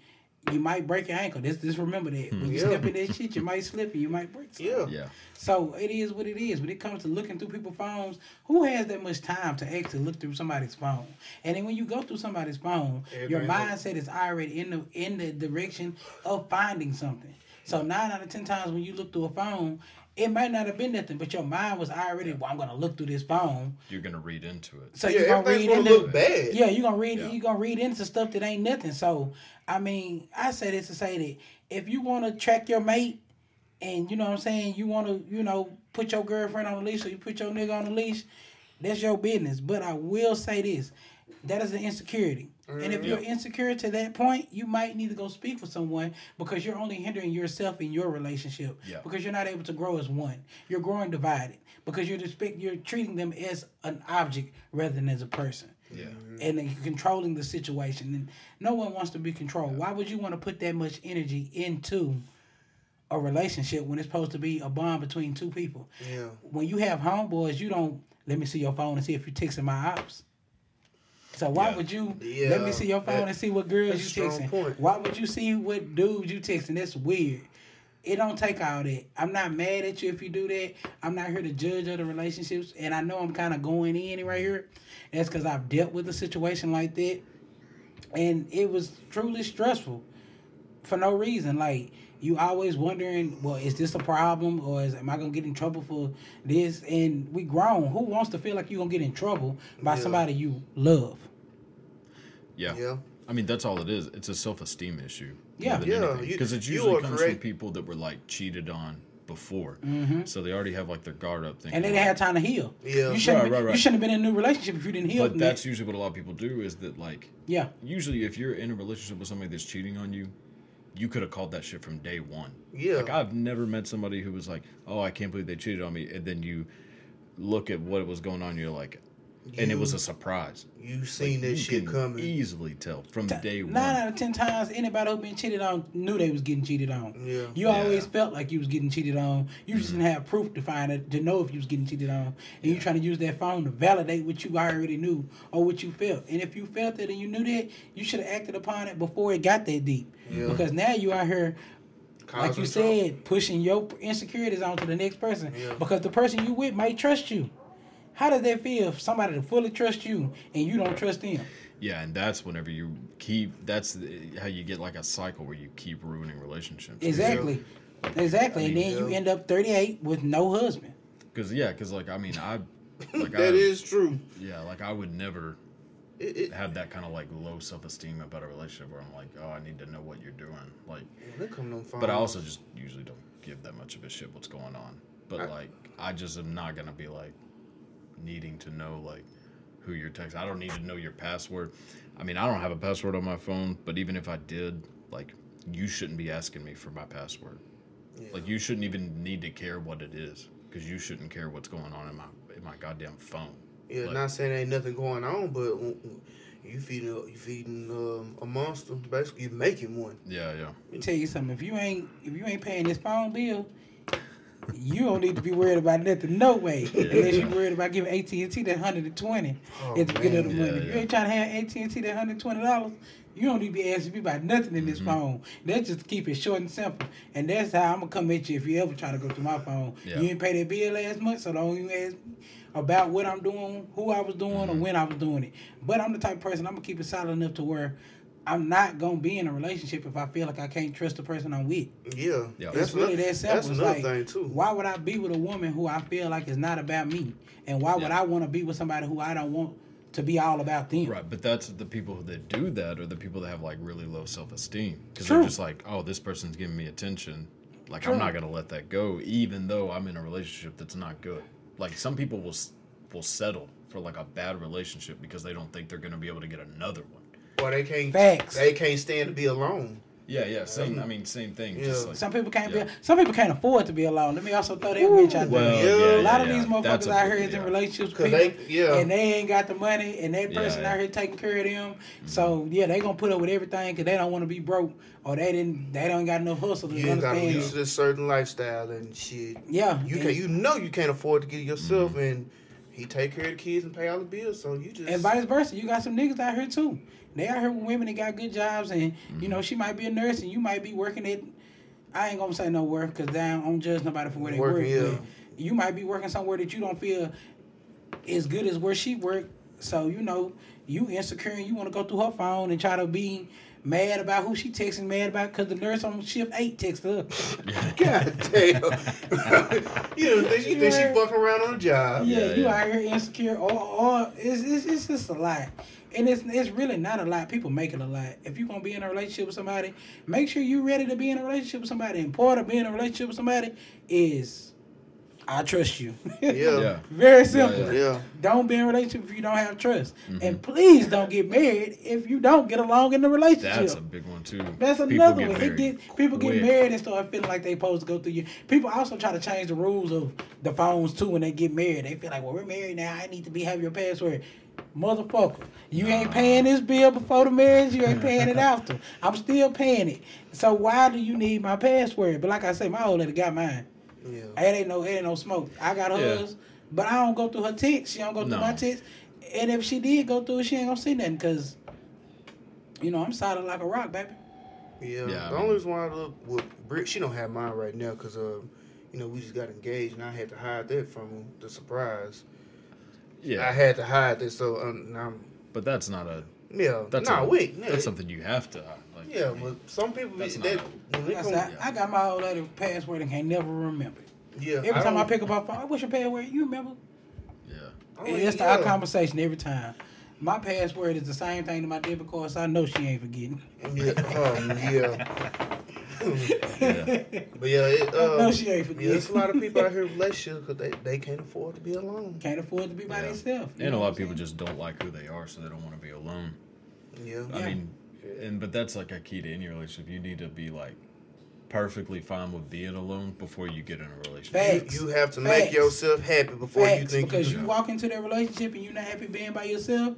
you might break your ankle. Just, just remember that. When you
Hmm. Yeah.
step in that shit, you might slip and you
[LAUGHS]
might break. something.
yeah,
Yeah.
So it is what it is. When it comes to looking through people's phones, who has that much time to actually look through somebody's phone? And then when you go through somebody's phone, your
Everything.
mindset is already in the in the direction of finding something. So nine out of ten times when you look through a phone, it might not have been nothing, but your mind was already, well, I'm gonna look through this phone.
You're gonna read into it.
So
yeah,
you're gonna
everything's
read
gonna
into
look bad.
Yeah, you're gonna read
Yeah.
you gonna read into stuff that ain't nothing. So I mean, I say this to say that if you wanna track your mate and you know what I'm saying, you wanna, you know, put your girlfriend on the leash or you put your nigga on the leash, that's your business. But I will say this, that is an insecurity. And
Mm,
if you're insecure to that point, you might need to go speak with someone because you're only hindering yourself in your relationship.
Yeah.
Because you're not able to grow as one. You're growing divided because you're respect, you're treating them as an object rather than as a person.
Yeah.
And then controlling the situation. And no one wants to be controlled. Why would you want to put that much energy into a relationship when it's supposed to be a bond between two people?
Yeah.
When you have homeboys, you don't let me see your phone and see if you texting my ops. So why
Yeah.
would you let
Yeah,
me see your phone
that-
and see what girls
that's
you
a strong
texting?
point.
Why would you see what dudes you texting? That's weird. It don't take all that. I'm not mad at you if you do that. I'm not here to judge other relationships, and I know I'm kind of going in right here. That's because I've dealt with a situation like that, and it was truly stressful for no reason. Like you always wondering, well, is this a problem or is am I gonna get in trouble for this? And we grown. Who wants to feel like you gonna get in trouble by
Yeah.
somebody you love?
Yeah.
Yeah.
I mean, that's all it is. It's a self-esteem issue.
Yeah.
Yeah, you-
Because it
you
usually
are
comes from
correct.
people that were like cheated on before, so they already have like their guard up. Thinking,
And they didn't
like,
have time to heal.
Yeah.
You shouldn't.
Right,
be-
right, right.
You shouldn't have been in a new relationship if you didn't heal.
But
from
that's
that.
usually what a lot of people do is that like
yeah.
usually if you're in a relationship with somebody that's cheating on you, you could have called that shit from day one.
Yeah.
Like I've never met somebody who was like, "Oh, I can't believe they cheated on me," and then you look at what was going on, you're like, and it was a surprise.
You
Like,
seen that
you
shit
can
coming.
Easily tell from day one.
Nine out of ten times, anybody who been cheated on knew they was getting cheated on.
Yeah.
You always felt like you was getting cheated on. You just didn't have proof to find it to know if you was getting cheated on, and you trying to use that phone to validate what you already knew or what you felt. And if you felt it and you knew that, you should have acted upon it before it got that deep.
Yeah.
Because now you out here like
Causing
you
trouble.
said, pushing your insecurities onto the next person
Yeah.
because the person you with might trust you. How does that feel if somebody to fully trust you and you don't trust them?
Yeah, and that's whenever you keep. That's the- how you get like a cycle where you keep ruining relationships.
Exactly, exactly, and then you
Yeah.
end up thirty eight with no husband.
Because yeah, because like I mean
[LAUGHS]
I, like I,
That is true.
yeah, like I would never
It, it,
have that kind of like low self esteem about a relationship where I'm like, oh, I need to know what you're doing. Like,
they come them phones.
but I also just usually don't give that much of a shit what's going on. But
I-
like, I just am not gonna be like needing to know like who you're texting. I don't need to know your password. I mean, I don't have a password on my phone, but even if I did, like, you shouldn't be asking me for my password.
Yeah.
Like, you shouldn't even need to care what it is because you shouldn't care what's going on in my in my goddamn phone.
Yeah,
Like-
not saying ain't nothing going on, but mm, mm, you feeding a, you feeding um, a monster. Basically, you making one.
Yeah, yeah.
Let me tell you something. If you ain't if you ain't paying this phone bill, you don't need to be worried about nothing. No way. Unless you're worried about giving AT and T that hundred and twenty
Oh,
at the beginning of the
man.
month.
Yeah,
If you
yeah.
ain't trying to have AT and T that hundred twenty dollars, you don't need to be asking me about nothing in this
Mm-hmm.
phone. That's just to keep it short and simple. And that's how I'm gonna come at you if you ever try to go through my phone.
Yeah.
You ain't pay that bill last month, so don't even ask me about what I'm doing, who I was doing, or
Mm-hmm.
when I was doing it. But I'm the type of person I'm gonna keep it solid enough to where I'm not gonna be in a relationship if I feel like I can't trust the person I'm with.
Yeah,
Yeah.
that's
It's really
another-
that simple.
That's
It's
another
like,
thing too.
Why would I be with a woman who I feel like is not about me? And why would
Yeah.
I want to be with somebody who I don't want to be all about them?
Right, but that's the people that do that are the people that have like really low self esteem because
True.
they're just like, oh, this person's giving me attention, like
True.
I'm not gonna let that go, even though I'm in a relationship that's not good. Like some people will s- will settle for like a bad relationship because they don't think they're gonna be able to get another one.
Why they can't
Facts.
they can't stand to be alone.
Yeah, yeah, same. I mean, same thing.
Yeah.
Just like,
Some people can't
Yeah.
be. Some people can't afford to be alone. Let me also throw that bitch out there.
well,
Yeah.
yeah, yeah,
a lot of
yeah,
these
that's
motherfuckers
a
out
big-
here is in
yeah.
relationships with
'Cause
people,
they- yeah.
and they ain't got the money, and that
Yeah, Mm-hmm.
person
yeah.
out here taking care of them. So yeah, they gonna put up with everything because they don't want to be broke, or they didn't. They don't got enough hustle to
You ain't got
understand.
used to this certain lifestyle and shit.
Yeah,
You
and-
can you know you can't afford to get it yourself,
Mm-hmm.
and he take care of the kids and pay all the bills. So you just [LAUGHS]
And vice versa, you got some niggas out here too. They out here with women that got good jobs, and you
Mm-hmm.
know she might be a nurse, and you might be working at. I ain't gonna say no work, cause I don't judge nobody for where they
Working,
work.
yeah.
But you might be working somewhere that you don't feel as good as where she worked. So you know you insecure, and you want to go through her phone and try to be mad about who she texting, mad about because the nurse on shift eight texted her.
God
[LAUGHS]
damn. you know, think she think she fucking around on the job.
yeah,
Yeah,
you
yeah.
out here insecure or or it's, it's it's just a lot. And it's it's really not a lot. People make it a lot. If you're gonna be in a relationship with somebody, make sure you're ready to be in a relationship with somebody. And part of being in a relationship with somebody is I trust you. [LAUGHS]
Yeah.
Yeah.
Very simple.
Yeah.
Yeah. Mm-hmm.
Don't be in a relationship if you don't have trust. And please don't get married if you don't get along in the relationship.
That's a big one too.
That's
People
another
get
one. It
married
get people
quick.
get married and start feeling like they supposed to go through you. People also try to change the rules of the phones too when they get married. They feel like, well, we're married now. I need to be have your password. Motherfucker, you ain't paying this bill before the marriage. You ain't paying
[LAUGHS]
it after. I'm still paying it. So why do you need my password? But like I say, my old lady got mine.
Yeah.
It ain't no, it ain't no smoke. I got
Yeah.
hers, but I don't go through her text. She don't go through
No.
my text. And if she did go through it, she ain't gonna see nothing because, you know, I'm solid like a rock, baby.
Yeah.
Yeah, I
the
mean-
only reason why I look well, Britt, she don't have mine right now because uh, you know, we just got engaged and I had to hide that from her, the surprise.
Yeah,
I had to hide that, so um, now I'm,
but that's not a.
yeah,
That's
nah,
a,
wait, yeah,
That's something you have to. uh, Like,
Yeah, but some people
That's
that
not
when it
I,
come,
said, I, I got my old lady password and can't never remember it.
yeah.
Every time I
don't-
pick up my phone, "Oh, what's your password? You remember?
yeah,
I don't-
It's the our
yeah.
conversation every time. My password is the same thing to my debit card, so I know she ain't forgetting. [LAUGHS]
Yeah, um, yeah.
yeah.
But yeah, it,
I
um,
know she ain't
yeah, there's a
forgetting.
lot of people out here in relationships because they, they can't afford to be alone.
Can't afford to be by
Yeah.
themselves.
and a lot of people just don't like who they are, so they don't want to be alone.
Yeah,
Yeah.
I mean, and but that's like a key to any relationship. You need to be like perfectly fine with being alone before you get in a relationship.
Facts.
you have to
Facts.
make yourself happy before you
Facts,
think
because
you,
you walk into that relationship and you're not happy being by yourself.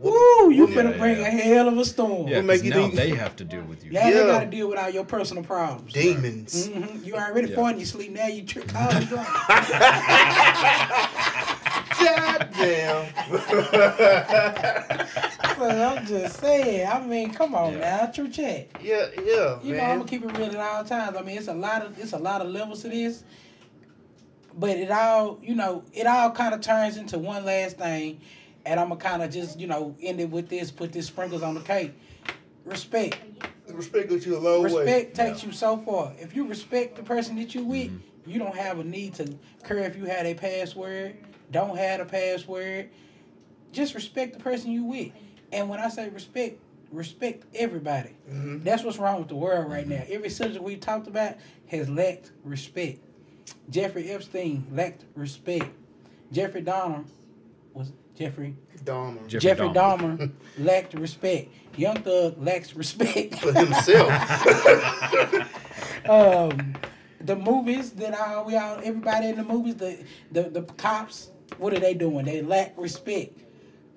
What-
Woo, you
what-
finna
yeah,
bring
yeah.
a hell of a storm.
Yeah,
Yeah,
What make
'cause
you
now
think- [LAUGHS]
they have to deal with you.
now you
Yeah.
gotta deal with all your personal problems.
demons.
hmm You already
Yeah.
fought and you sleep now. You trick all the drunk.
God damn.
[LAUGHS] Well, I'm just saying. I mean, come on
Yeah.
now, true chat.
yeah, yeah,
You know, I'm
man.
gonna keep it real at all times. I mean, it's a lot of it's a lot of levels to this, but it all you know it all kind of turns into one last thing, and I'm gonna kind of just you know end it with this, put this sprinkles on the cake. Respect,
respect goes you a long
respect takes you so far. If you respect the person that you with, you don't have a need to care if you had a password, don't have a password. Just respect the person you with, and when I say respect, respect everybody.
way. hmm
That's what's wrong with the world right now. Every subject we talked about has lacked respect. Jeffrey Epstein lacked respect. Jeffrey Dahmer was Jeffrey.
Dahmer.
Jeff- Jeffrey
Jeffrey Dahmer, lacked respect. Young Thug lacks [LAUGHS] respect.
For himself.
um, the movies that all we all everybody in the movies, the the, the cops, what are they doing? They lack respect.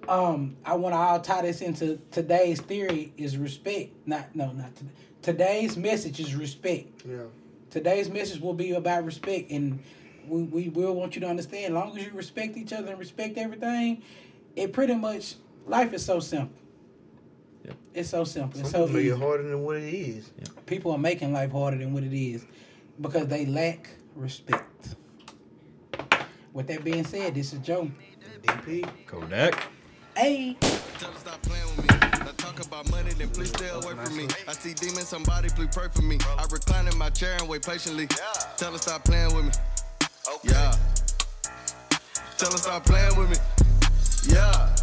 Um, I want to all tie this into today's theory is respect. Not no, not today. Today's message is respect.
[LAUGHS] yeah.
Today's message will be about respect, and we, we will want you to understand. As long as you respect each other and respect everything, it pretty much life is so simple.
Yep.
It's so simple. It's
Some
so
people make
easy.
it harder than what it is.
People are making life harder than what it is because they lack respect. With that being said, this is Joe.
DP.
Kodak.
Hey.
Tell her stop playing with me. Now talk about money, then please stay away from me. I see demons, somebody please pray for me. I recline in my chair and wait patiently. Tell her stop playing with me. Yeah. Tell her stop playing with me. Yeah.